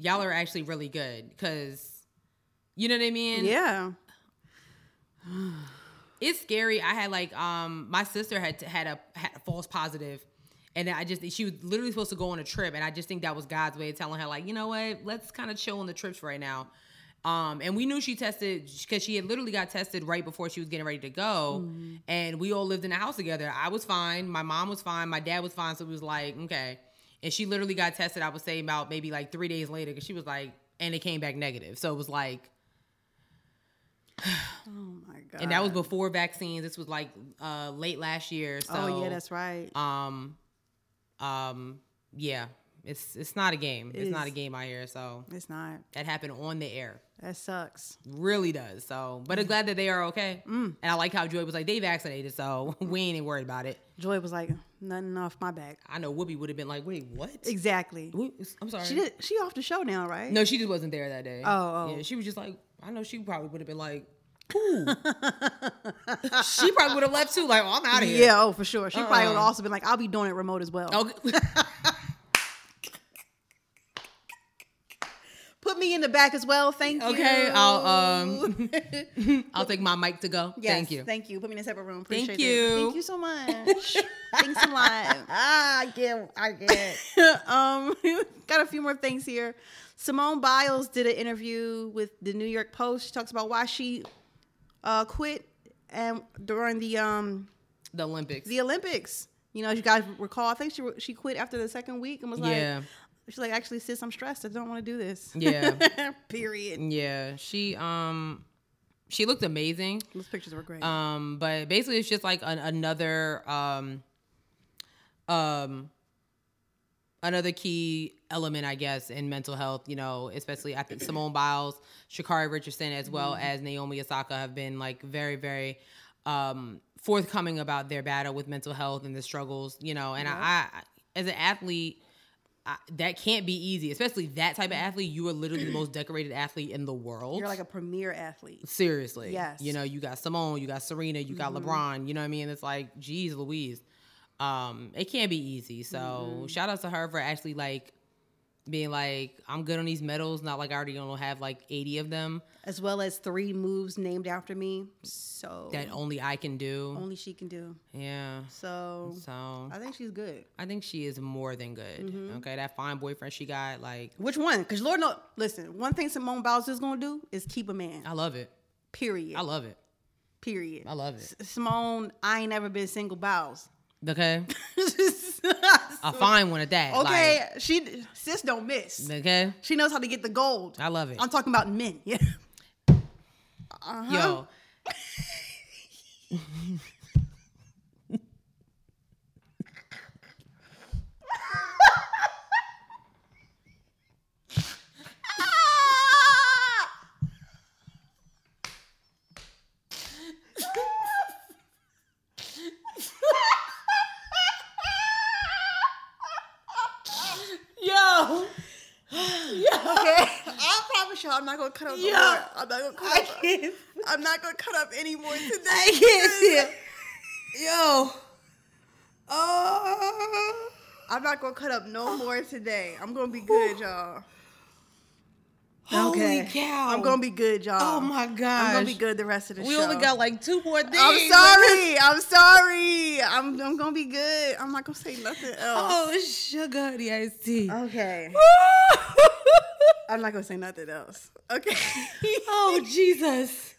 Speaker 1: y'all are actually really good because you know what I mean
Speaker 2: yeah,
Speaker 1: it's scary. I had like um my sister had had a had a false positive, and I just she was literally supposed to go on a trip, and I just think that was God's way of telling her like you know what, let's kind of chill on the trips right now. Um, and we knew she tested because she had literally got tested right before she was getting ready to go, and we all lived in the house together. I was fine, my mom was fine, my dad was fine, so we was like okay. And she literally got tested. I would say about maybe like three days later because she was like, and it came back negative. So it was like
Speaker 2: oh my god.
Speaker 1: and that was before vaccines. This was like uh, late last year. So
Speaker 2: oh yeah, that's right.
Speaker 1: um, um, yeah, it's it's not a game. It's not a
Speaker 2: is.
Speaker 1: game out here. So
Speaker 2: it's not.
Speaker 1: that happened on the air.
Speaker 2: That sucks.
Speaker 1: Really does. So, but I'm glad that they are okay.
Speaker 2: Mm.
Speaker 1: And I like how Joy was like, they vaccinated, so we ain't even worried about it.
Speaker 2: Joy was like, nothing off my back.
Speaker 1: I know Whoopi would have been like, wait, what?
Speaker 2: Exactly.
Speaker 1: Who- I'm sorry.
Speaker 2: She did. She off the show now, right?
Speaker 1: No, she just wasn't there that day.
Speaker 2: Oh, oh.
Speaker 1: yeah, she was just like, I know she probably would have been like, who? she probably would have left too. Like, oh, I'm out of here.
Speaker 2: Yeah. Oh, for sure. She
Speaker 1: Uh-uh.
Speaker 2: probably would also been like, I'll be doing it remote as well.
Speaker 1: Okay.
Speaker 2: Put me in the back as well. Thank you.
Speaker 1: Okay, I'll um, I'll take my mic to go.
Speaker 2: Yes,
Speaker 1: Thank you.
Speaker 2: uh, Thank you. Put me in a separate room. Appreciate
Speaker 1: Thank
Speaker 2: it.
Speaker 1: you.
Speaker 2: Thank you so much. Thanks a lot. Ah, I get, I get. um, got a few more things here. Simone Biles did an interview with the New York Post. She talks about why she uh, quit and during the um
Speaker 1: the Olympics.
Speaker 2: the Olympics. You know, as you guys recall, I think she she quit after the second week and was
Speaker 1: Yeah.
Speaker 2: like, she's like, actually, sis, I'm stressed. I don't want to do this.
Speaker 1: Yeah,
Speaker 2: Period.
Speaker 1: yeah. She um, she looked amazing.
Speaker 2: Those pictures were great.
Speaker 1: Um, but basically, it's just like an, another um, um, another key element, I guess, in mental health. You know, especially I think Simone Biles, Shakari Richardson, as well
Speaker 2: Mm-hmm.
Speaker 1: as Naomi Osaka have been like very, very um, forthcoming about their battle with mental health and the struggles. You know, and I, I, as an athlete. I, that can't be easy, especially that type of athlete. You are literally the most decorated athlete in the world.
Speaker 2: You're like a premier athlete.
Speaker 1: Seriously.
Speaker 2: Yes.
Speaker 1: You know, you got Simone, you got Serena, you got LeBron. You know what I mean? It's like, geez, Louise. Um, it can't be easy. So shout out to her for actually like being like, I'm good on these medals, not like I already don't have like 80 of them
Speaker 2: as well as three moves named after me. So
Speaker 1: that only I can do.
Speaker 2: only she can do.
Speaker 1: Yeah.
Speaker 2: So
Speaker 1: So
Speaker 2: I think she's good.
Speaker 1: I think she is more than good. Okay. That fine boyfriend she got, like,
Speaker 2: Which one? Because Lord know, listen. One thing Simone Biles is gonna do is keep a man.
Speaker 1: I love it.
Speaker 2: Period.
Speaker 1: I love it.
Speaker 2: period.
Speaker 1: I love it.
Speaker 2: Simone, I ain't never been single Biles.
Speaker 1: Okay. A fine one at that.
Speaker 2: okay, she sis don't miss.
Speaker 1: Like, okay.
Speaker 2: She knows how to get the gold.
Speaker 1: I love it.
Speaker 2: I'm talking about men. Yeah.
Speaker 1: Yo. Yo.
Speaker 2: Okay. I promise y'all, I'm not gonna cut up.
Speaker 1: Yo.
Speaker 2: No more. I'm not gonna cut
Speaker 1: I
Speaker 2: up.
Speaker 1: can't.
Speaker 2: I'm not gonna cut up anymore today.
Speaker 1: I can't see it. Yo. Oh.
Speaker 2: I'm not gonna cut up no more today. I'm gonna be good, y'all. Okay.
Speaker 1: Holy cow.
Speaker 2: I'm gonna be good, y'all.
Speaker 1: Oh my gosh.
Speaker 2: I'm gonna be good the rest of the
Speaker 1: We
Speaker 2: show.
Speaker 1: only got like two more things.
Speaker 2: I'm sorry. I'm sorry. I'm I'm gonna be good. I'm not gonna say nothing else.
Speaker 1: Oh, sugar, the iced tea.
Speaker 2: Oh. Okay. I'm not gonna say nothing else. Okay.
Speaker 1: oh, Jesus.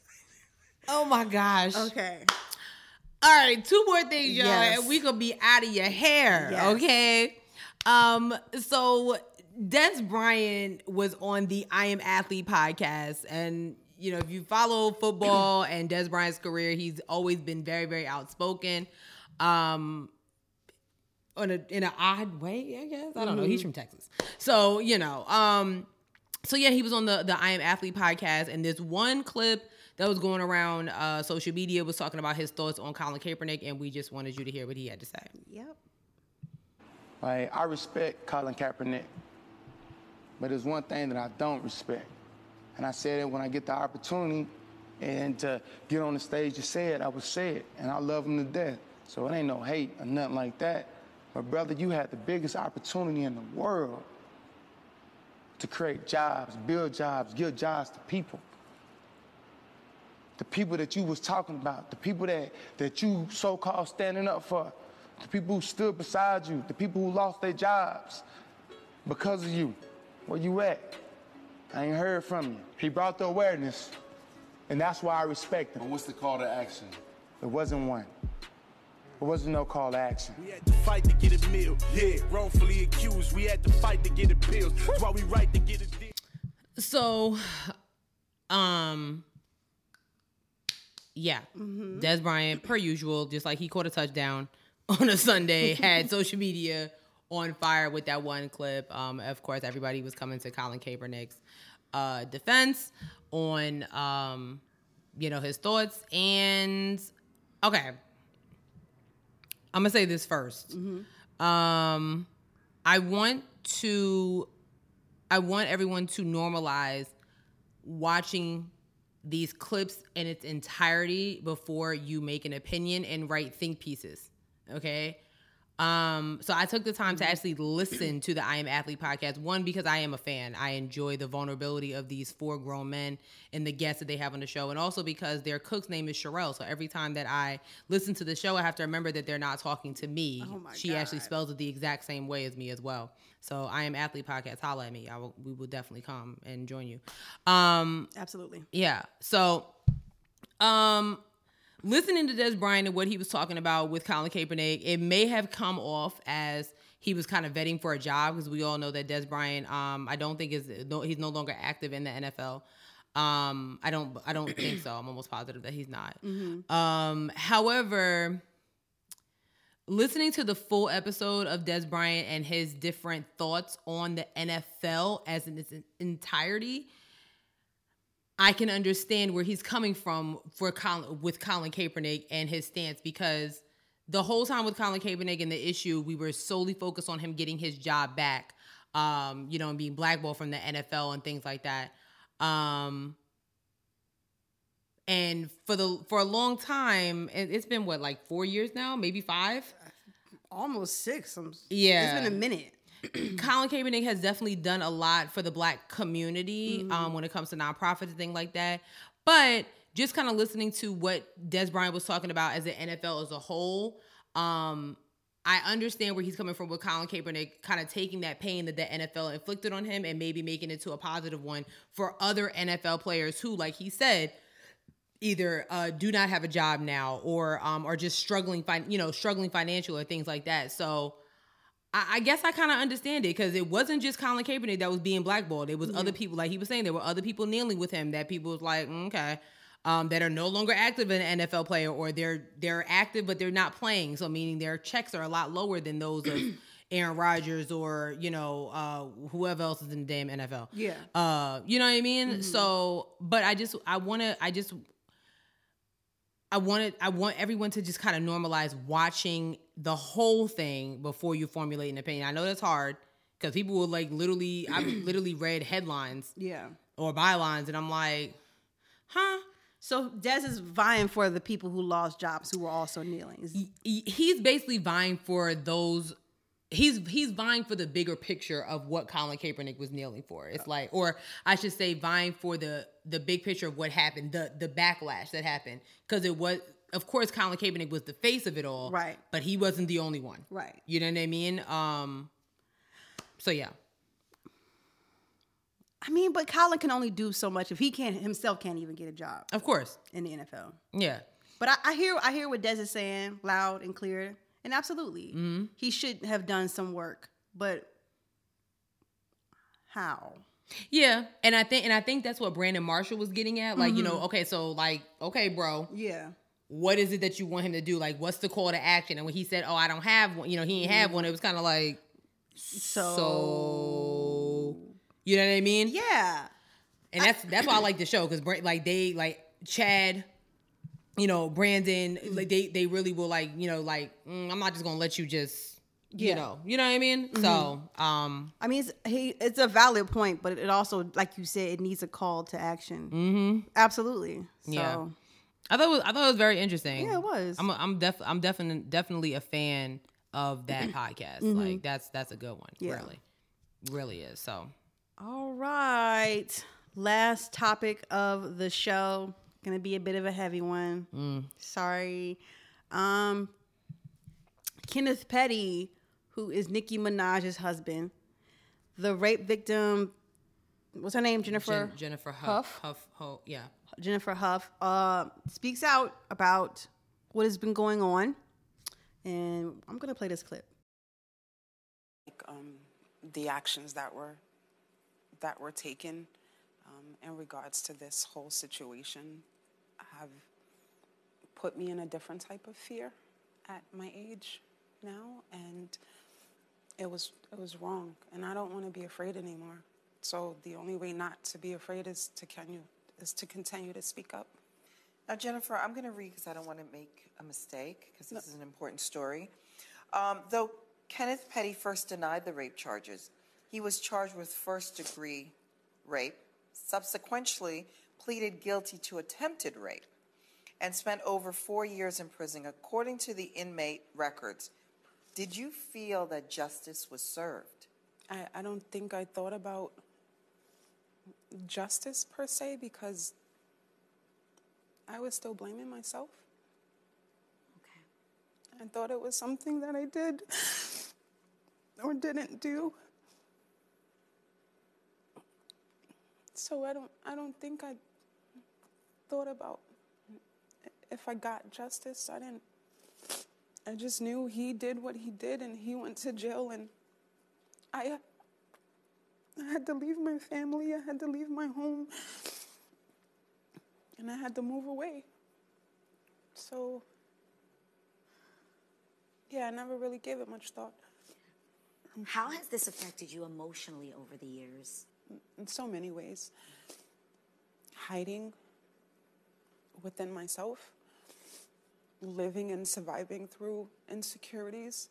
Speaker 1: Oh my gosh.
Speaker 2: okay.
Speaker 1: All right, two more things, y'all,
Speaker 2: Yes.
Speaker 1: and we could be out of your hair,
Speaker 2: Yes.
Speaker 1: okay? Um, so Des Bryant was on the I Am Athlete podcast, and you know, if you follow football and Des Bryant's career, he's always been very, very outspoken. Um, on a in an odd way, I guess. I don't know.
Speaker 2: Mm-hmm.
Speaker 1: He's from Texas, so you know. Um, so yeah, he was on the the I Am Athlete podcast, and this one clip that was going around uh, social media was talking about his thoughts on Colin Kaepernick, and we just wanted you to hear what he had to say.
Speaker 2: Yep.
Speaker 4: Like, I respect Colin Kaepernick, but there's one thing that I don't respect. And I said it when I get the opportunity and to get on the stage to say it, I would say it. And I love him to death. So it ain't no hate or nothing like that. But, brother, you had the biggest opportunity in the world to create jobs, build jobs, give jobs to people the people that you was talking about, the people that, that you so-called standing up for, the people who stood beside you, the people who lost their jobs because of you. Where you at? I ain't heard from you. He brought the awareness, and that's why I respect him.
Speaker 6: But what's the call to action?
Speaker 4: It wasn't one. It wasn't no call to action.
Speaker 7: We had to fight to get a meal. Yeah, wrongfully accused. We had to fight to get a pills. That's why we right to get a deal.
Speaker 1: So, um, yeah, Des Bryant, per usual, just like he caught a touchdown on a Sunday, had social media on fire with that one clip. Um, of course, everybody was coming to Colin Kaepernick's uh, defense on, um, you know, his thoughts. And okay, I'm gonna say this 1st Um, I want to I want everyone to normalize watching these clips in its entirety before you make an opinion and write think pieces. Okay. Um, so I took the time to actually listen to the I Am Athlete podcast. One, because I am a fan. I enjoy the vulnerability of these four grown men and the guests that they have on the show. And also because their cook's name is Sherelle. So every time that I listen to the show, I have to remember that they're not talking to me.
Speaker 2: my
Speaker 1: she actually spells it the exact same way as me as well. So I am athlete podcast. Holla at me. I will, we will definitely come and join you. Um,
Speaker 2: Absolutely.
Speaker 1: yeah. So, um, listening to Des Bryant and what he was talking about with Colin Kaepernick, it may have come off as he was kind of vetting for a job because we all know that Des Bryant, um, I don't think is no, he's no longer active in the NFL. Um, I don't, I don't think so. I'm almost positive that he's not. Um, however, listening to the full episode of Des Bryant and his different thoughts on the NFL as in its entirety, I can understand where he's coming from for Colin, with Colin Kaepernick and his stance because the whole time with Colin Kaepernick and the issue, we were solely focused on him getting his job back, um, you know, and being blackballed from the NFL and things like that. Um, and for the for a long time, and it's been what like four years now, maybe five.
Speaker 2: Almost six. I'm,
Speaker 1: Yeah.
Speaker 2: It's been a minute.
Speaker 1: Colin Kaepernick has definitely done a lot for the black community um, when it comes to nonprofits and things like that. But just kind of listening to what Des Bryant was talking about as the NFL as a whole, um, I understand where he's coming from with Colin Kaepernick kind of taking that pain that the NFL inflicted on him and maybe making it to a positive one for other NFL players who, like he said, either uh, do not have a job now or um, are just struggling, fin- you know, struggling financial or things like that. So I, I guess I kind of understand it because it wasn't just Colin Kaepernick that was being blackballed. It was other people, like he was saying, there were other people kneeling with him that people was like, "Mm, okay, um, that are no longer active in an NFL player or they're they're active but they're not playing. So meaning their checks are a lot lower than those of Aaron Rodgers or you know uh, whoever else is in the damn NFL.
Speaker 2: Yeah.
Speaker 1: uh, you know what I mean. So, but I just I want to I just I wanted I want everyone to just kind of normalize watching the whole thing before you formulate an opinion. I know that's hard because people will like literally I've literally read headlines
Speaker 2: Yeah.
Speaker 1: or bylines and I'm like, huh?
Speaker 2: So Des is vying for the people who lost jobs who were also kneeling. Is-
Speaker 1: He- He's basically vying for those he's he's vying for the bigger picture of what Colin Kaepernick was kneeling for. It's like, or I should say, vying for the the big picture of what happened, the the backlash that happened, because it was, of course, Colin Kaepernick was the face of it all,
Speaker 2: Right.
Speaker 1: But he wasn't the only one,
Speaker 2: Right.
Speaker 1: You know what I mean? Um. So yeah,
Speaker 2: I mean, but Colin can only do so much if he can't himself can't even get a job
Speaker 1: of course,
Speaker 2: in the NFL.
Speaker 1: yeah,
Speaker 2: But I, I hear I hear what Des is saying loud and clear, and absolutely, he should have done some work. But how?
Speaker 1: yeah. And I think and I think that's what Brandon Marshall was getting at. Like, you
Speaker 2: Mm-hmm.
Speaker 1: know, okay, so like, okay, bro,
Speaker 2: Yeah,
Speaker 1: what is it that you want him to do? Like, what's the call to action? And when he said, "Oh, I don't have one," you know, he didn't have one. It was kind of like, so,
Speaker 2: So-
Speaker 1: you know what I mean?
Speaker 2: yeah,
Speaker 1: and that's that's why I like the show because like they like Chad, you know, Brandon, like they they really will like you know like mm, I'm not just gonna let you just you
Speaker 2: Yeah. Mm-hmm.
Speaker 1: know you know what I mean. So um
Speaker 2: I mean, it's, he it's a valid point, but it also, like you said, it needs a call to action. Mm-hmm. Absolutely. So,
Speaker 1: Yeah. I thought it was, I thought it was very interesting.
Speaker 2: Yeah, it was.
Speaker 1: I'm a, I'm def I'm definitely definitely a fan of that podcast. Like that's that's a good one.
Speaker 2: Mm-hmm. Yeah.
Speaker 1: Really, really is. So
Speaker 2: All right. Last topic of the show. Gonna be a bit of a heavy one. Sorry. Um, Kenneth Petty, who is Nicki Minaj's husband, the rape victim. What's her name? Jennifer.
Speaker 1: Jen- Jennifer Huff, Huff, Ho- yeah.
Speaker 2: Jennifer Huff uh, speaks out about what has been going on, and I'm gonna play this clip.
Speaker 6: um, the actions that were that were taken um, in regards to this whole situation have put me in a different type of fear at my age now, and it was it was wrong, and I don't want to be afraid anymore. So the only way not to be afraid is to can you is to continue to speak up.
Speaker 8: Now, Uh, Jennifer, I'm going to read because I don't want to make a mistake because this is an important story. Um, though Kenneth Petty first denied the rape charges, he was charged with first degree rape, subsequently pleaded guilty to attempted rape, and spent over four years in prison, according to the inmate records. Did you feel that justice was served?
Speaker 6: I, I don't think I thought about justice per se because I was still blaming myself. Okay. I thought it was something that I did or didn't do. So I don't I don't think I thought about if I got justice. I didn't I just knew he did what he did and he went to jail and I, uh, I had to leave my family. I had to leave my home. And I had to move away. So, yeah, I never really gave it much thought.
Speaker 9: How has this affected you emotionally over the years?
Speaker 6: in so many ways. Hiding within myself, living and surviving through insecurities,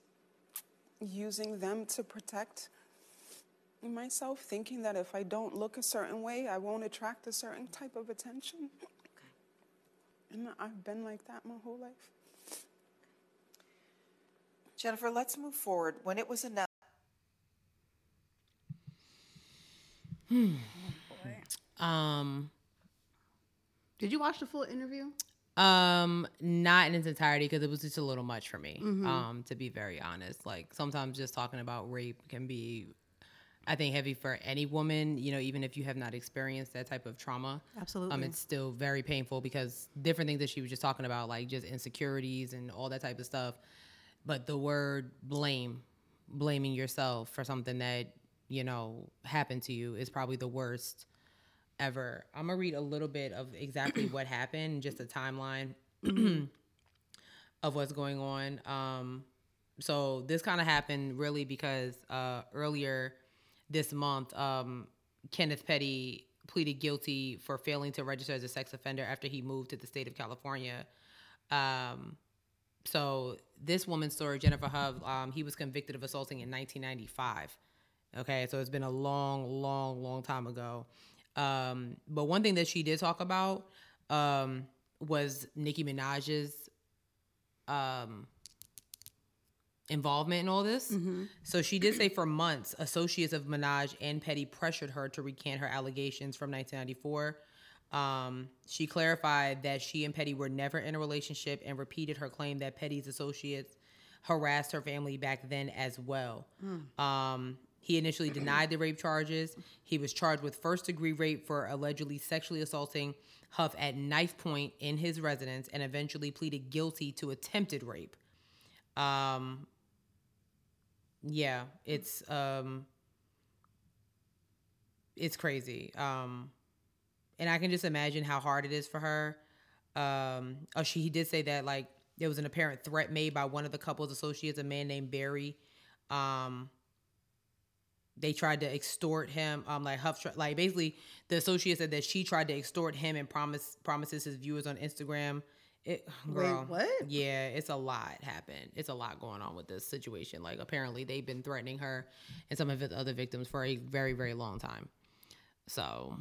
Speaker 6: using them to protect myself, thinking that if I don't look a certain way, I won't attract a certain type of attention. And I've been like that my whole life.
Speaker 8: Jennifer, let's move forward. When it was announced,
Speaker 1: Um,
Speaker 2: Did you watch the full interview?
Speaker 1: um, not in its entirety because it was just a little much for me.
Speaker 2: Mm-hmm.
Speaker 1: Um, to be very honest, like sometimes just talking about rape can be, I think, heavy for any woman. You know, even if you have not experienced that type of trauma, Um,
Speaker 2: Absolutely.
Speaker 1: it's still very painful because different things that she was just talking about, like just insecurities and all that type of stuff. But the word blame, blaming yourself for something that you know happened to you, is probably the worst ever. I'm gonna read a little bit of exactly what happened, just a timeline of what's going on. Um, so this kind of happened really because uh, earlier this month, um, Kenneth Petty pleaded guilty for failing to register as a sex offender after he moved to the state of California. Um, so this woman's story, Jennifer Hove, um, he was convicted of assaulting in 1995. Okay, so it's been a long, long, long time ago. Um, but one thing that she did talk about um, was Nicki Minaj's um, involvement in all this. So she did say for months, associates of Minaj and Petty pressured her to recant her allegations from 1994. Um, she clarified that she and Petty were never in a relationship and repeated her claim that Petty's associates harassed her family back then as well. Um, he initially denied the rape charges. He was charged with first degree rape for allegedly sexually assaulting Huff at knife point in his residence and eventually pleaded guilty to attempted rape. Um, yeah, it's um, it's crazy. Um, and I can just imagine how hard it is for her. Um, oh, she he did say that like there was an apparent threat made by one of the couple's associates, a man named Barry. Um, they tried to extort him. Um, like Huff, tr- like basically the associate said that she tried to extort him and promise promises his viewers on Instagram. It, girl,
Speaker 2: what?
Speaker 1: Yeah, it's a lot happened. It's a lot going on with this situation. Like apparently they've been threatening her and some of his other victims for a very very long time. So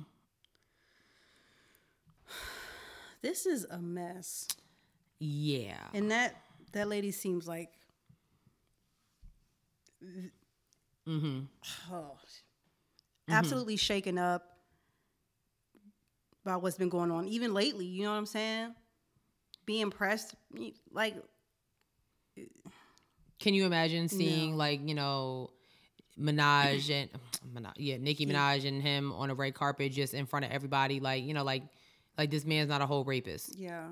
Speaker 2: This is a mess.
Speaker 1: yeah,
Speaker 2: And that that lady seems like oh, absolutely shaken up by what's been going on even lately, you know what I'm saying? Being pressed like
Speaker 1: Can you imagine seeing like you know Minaj and Minaj, yeah Nicki Minaj and him on a red carpet just in front of everybody like you know like like this man's not a whole rapist.
Speaker 2: yeah.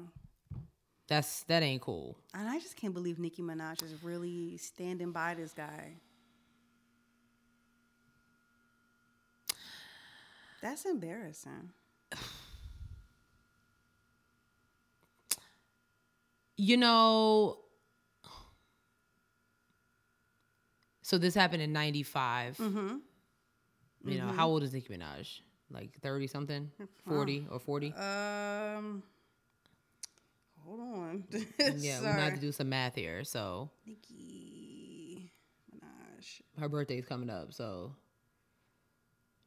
Speaker 1: That's that ain't cool.
Speaker 2: And I just can't believe Nicki Minaj is really standing by this guy. That's embarrassing.
Speaker 1: You know. So this happened in '95. You know how old is Nicki Minaj? Like thirty something, forty or forty?
Speaker 2: Um, hold on.
Speaker 1: yeah, we
Speaker 2: Sorry.
Speaker 1: have to do some math here. So
Speaker 2: Nicki Minaj.
Speaker 1: her birthday's coming up, so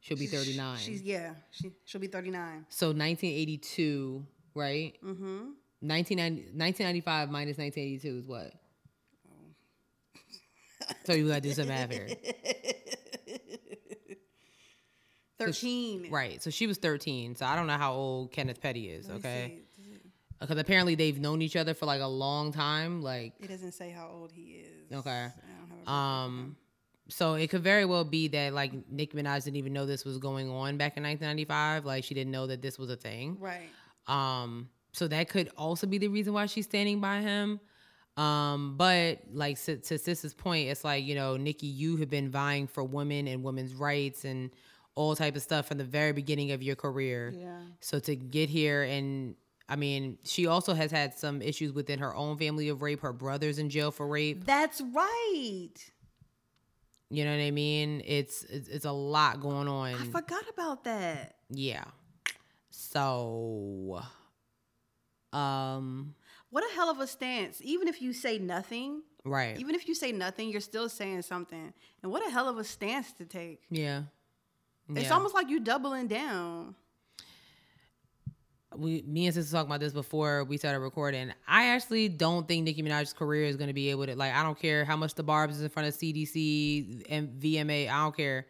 Speaker 1: she'll be 39.
Speaker 2: She's yeah. She she'll be thirty nine.
Speaker 1: so 1982, right? Mm-hmm. 1990, 1995 minus 1982 is what? so you gotta do some math here.
Speaker 2: Thirteen.
Speaker 1: Right. So she was 13. So I don't know how old Kenneth Petty is,
Speaker 2: Let me
Speaker 1: okay?
Speaker 2: see. Does it-
Speaker 1: Because apparently they've known each other for like a long time. Like,
Speaker 2: It doesn't say how old he is.
Speaker 1: Okay.
Speaker 2: I don't have a
Speaker 1: Um, so it could very well be that like Nicki Minaj didn't even know this was going on back in 1995. Like she didn't know that this was a thing.
Speaker 2: right.
Speaker 1: Um, so that could also be the reason why she's standing by him. Um, but like to, to Sis's point, it's like you know, Nikki, you have been vying for women and women's rights and all type of stuff from the very beginning of your career.
Speaker 2: Yeah.
Speaker 1: So to get here and I mean, she also has had some issues within her own family of rape. Her brother's in jail for rape.
Speaker 2: That's right.
Speaker 1: You know what I mean? It's it's, it's a lot going on.
Speaker 2: I forgot about that.
Speaker 1: yeah. So um
Speaker 2: What a hell of a stance. Even if you say nothing,
Speaker 1: right.
Speaker 2: even if you say nothing, you're still saying something. And what a hell of a stance to take.
Speaker 1: yeah.
Speaker 2: It's
Speaker 1: Yeah.
Speaker 2: almost like you doubling down.
Speaker 1: we me and sister talked about this before we started recording. I actually don't think Nicki Minaj's career is going to be able to like. I don't care how much the Barb's is in front of CDC and VMA. I don't care.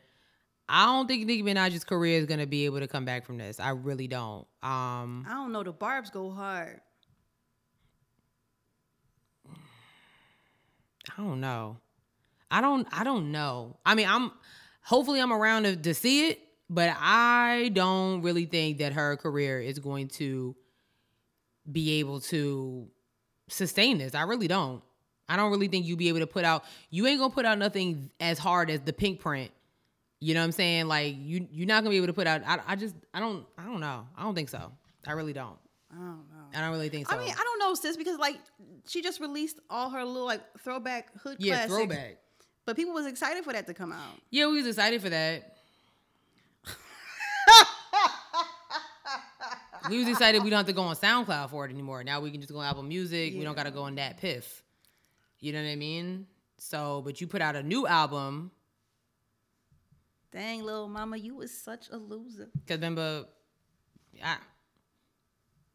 Speaker 1: I don't think Nicki Minaj's career is gonna be able to come back from this. I really don't. Um,
Speaker 2: I don't know. The barbs go hard.
Speaker 1: I don't know. I don't. I don't know. I mean, I'm. Hopefully, I'm around to, to see it, but I don't really think that her career is going to be able to sustain this. I really don't. I don't really think you'll be able to put out. You ain't gonna put out nothing as hard as the pink print. You know what I'm saying? Like you, you're not gonna be able to put out. I, I just, I don't, I don't know. I don't think so. I really don't. I don't know. I don't really think so.
Speaker 2: I mean, I don't know, sis, because like she just released all her little like throwback hood
Speaker 1: yeah,
Speaker 2: classics.
Speaker 1: throwback.
Speaker 2: But people was excited for that to come out.
Speaker 1: Yeah, we was excited for that. we was excited we don't have to go on SoundCloud for it anymore. Now we can just go on Apple Music. We don't gotta go on that piff. You know what I mean? So, but you put out a new album
Speaker 2: Dang, little mama, you was such a loser.
Speaker 1: because remember, I,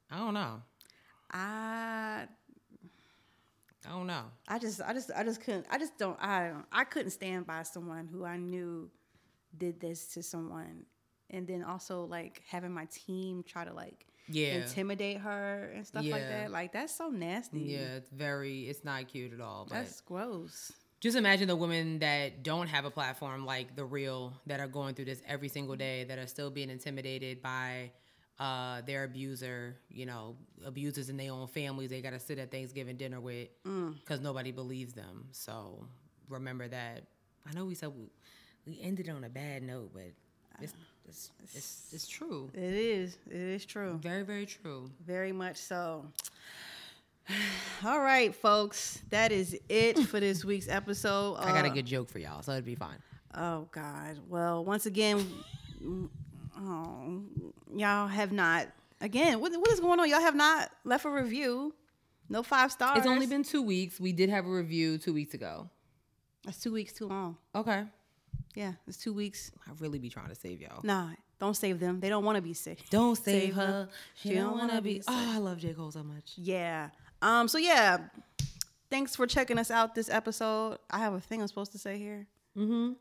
Speaker 1: I don't know.
Speaker 2: I
Speaker 1: I don't know.
Speaker 2: I just I just I just couldn't I just don't I don't I couldn't stand by someone who I knew did this to someone and then also like having my team try to like
Speaker 1: Yeah.
Speaker 2: intimidate her and stuff like
Speaker 1: Yeah.
Speaker 2: that. Like that's so nasty.
Speaker 1: Yeah, it's very. It's not cute at all. But
Speaker 2: Mm-hmm. That's gross.
Speaker 1: just imagine the women that don't have a platform like the real that are going through this every single day that are still being intimidated by uh, their abuser you know abusers in their own families they got to sit at thanksgiving dinner with because nobody believes them so remember that i know we said we, we ended on a bad note but it's, it's, it's, it's true
Speaker 2: It is. It is true.
Speaker 1: very very true
Speaker 2: Very much so. All right, folks. That is it for this week's episode.
Speaker 1: i got a
Speaker 2: Uh,
Speaker 1: good joke for y'all so it'd be fine
Speaker 2: Oh God. Well, once again, oh, y'all have not. Again, what, what is going on? Y'all have not left a review. No five stars.
Speaker 1: it's only been two weeks we did have a review two weeks ago
Speaker 2: that's two weeks too long.
Speaker 1: okay
Speaker 2: Yeah, it's two weeks.
Speaker 1: i really be trying to save y'all
Speaker 2: Nah, don't save them. They don't want to be sick.
Speaker 1: Don't save,
Speaker 2: Save
Speaker 1: her.
Speaker 2: her.
Speaker 1: She,
Speaker 2: She
Speaker 1: don't,
Speaker 2: don't
Speaker 1: want to
Speaker 2: wanna
Speaker 1: be.
Speaker 2: be
Speaker 1: Oh, I love J Cole so much.
Speaker 2: Yeah. Um. So yeah, thanks for checking us out this episode. I have a thing I'm supposed to say here. Mm-hmm.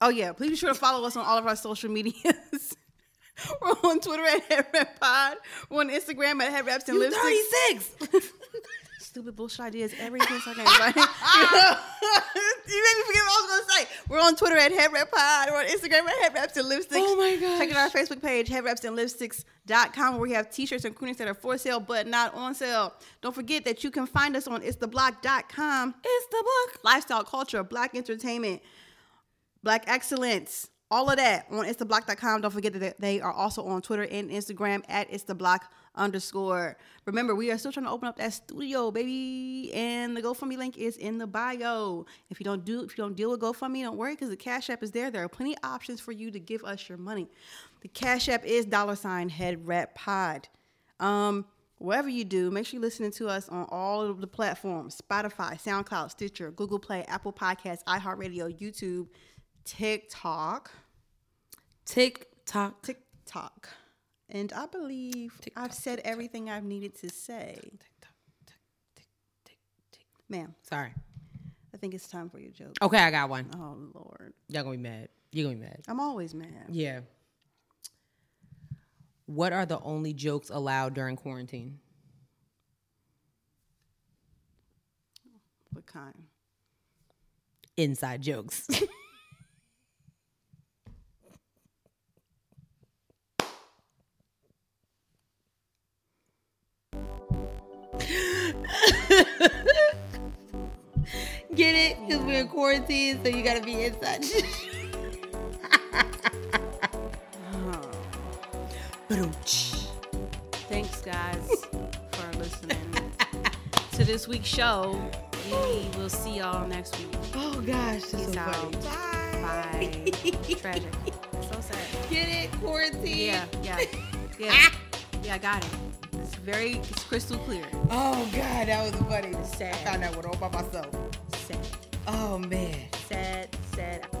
Speaker 2: Oh yeah. Please be sure to follow us on all of our social medias. We're on Twitter at Head Rep Pod. We're on Instagram at Head Reps and Lipsticks.
Speaker 1: six.
Speaker 2: stupid bullshit ideas every 10 seconds. Like, you, know? You made me forget what I was going to say. We're on Twitter at Head Rep Pod. We're on Instagram at Head Reps and Lipsticks.
Speaker 1: Oh my gosh.
Speaker 2: Check out our Facebook page, Head Reps and Lipsticks.com, where we have t shirts and croonings that are for sale but not on sale. Don't forget that you can find us on itstheblock.com. It's the block. Lifestyle, culture, black entertainment, black excellence. All of that on itstheblock.com. Don't forget that they are also on Twitter and Instagram at itstheblock underscore. Remember, we are still trying to open up that studio, baby. And the GoFundMe link is in the bio. If you don't do, if you don't deal with GoFundMe, don't worry because the Cash App is there. There are plenty of options for you to give us your money. The Cash App is dollar sign head rep pod. Um, whatever you do, make sure you're listening to us on all of the platforms Spotify, SoundCloud, Stitcher, Google Play, Apple Podcasts, iHeartRadio, YouTube, TikTok,
Speaker 1: Tick tock. Tick
Speaker 2: TikTok. And I believe I've said everything I've needed to say.
Speaker 1: tock. Tick tick tick tick.
Speaker 2: Ma'am,
Speaker 1: Sorry.
Speaker 2: I think it's time for your joke.
Speaker 1: Okay, I got one.
Speaker 2: Oh, Lord.
Speaker 1: Y'all gonna be mad. You're gonna be mad.
Speaker 2: I'm always mad.
Speaker 1: Yeah. What are the only jokes allowed during quarantine?
Speaker 2: What kind?
Speaker 1: Inside jokes. Get it? Because we're in quarantine, so you gotta be inside. Ba-dum-tsh.
Speaker 2: Thanks, guys, for listening to this week's show. We will see y'all next week.
Speaker 1: oh gosh, that's so
Speaker 2: Peace
Speaker 1: funny.
Speaker 2: out. Bye. Tragic. So sad.
Speaker 1: Get it? Quarantine.
Speaker 2: Yeah, yeah, yeah.
Speaker 1: Ah.
Speaker 2: yeah, I got it. It's very, it's crystal clear.
Speaker 1: Oh god, that was funny.
Speaker 2: Sad.
Speaker 1: I found that one all by myself.
Speaker 2: Sad,
Speaker 1: Oh man.
Speaker 2: sad, sad.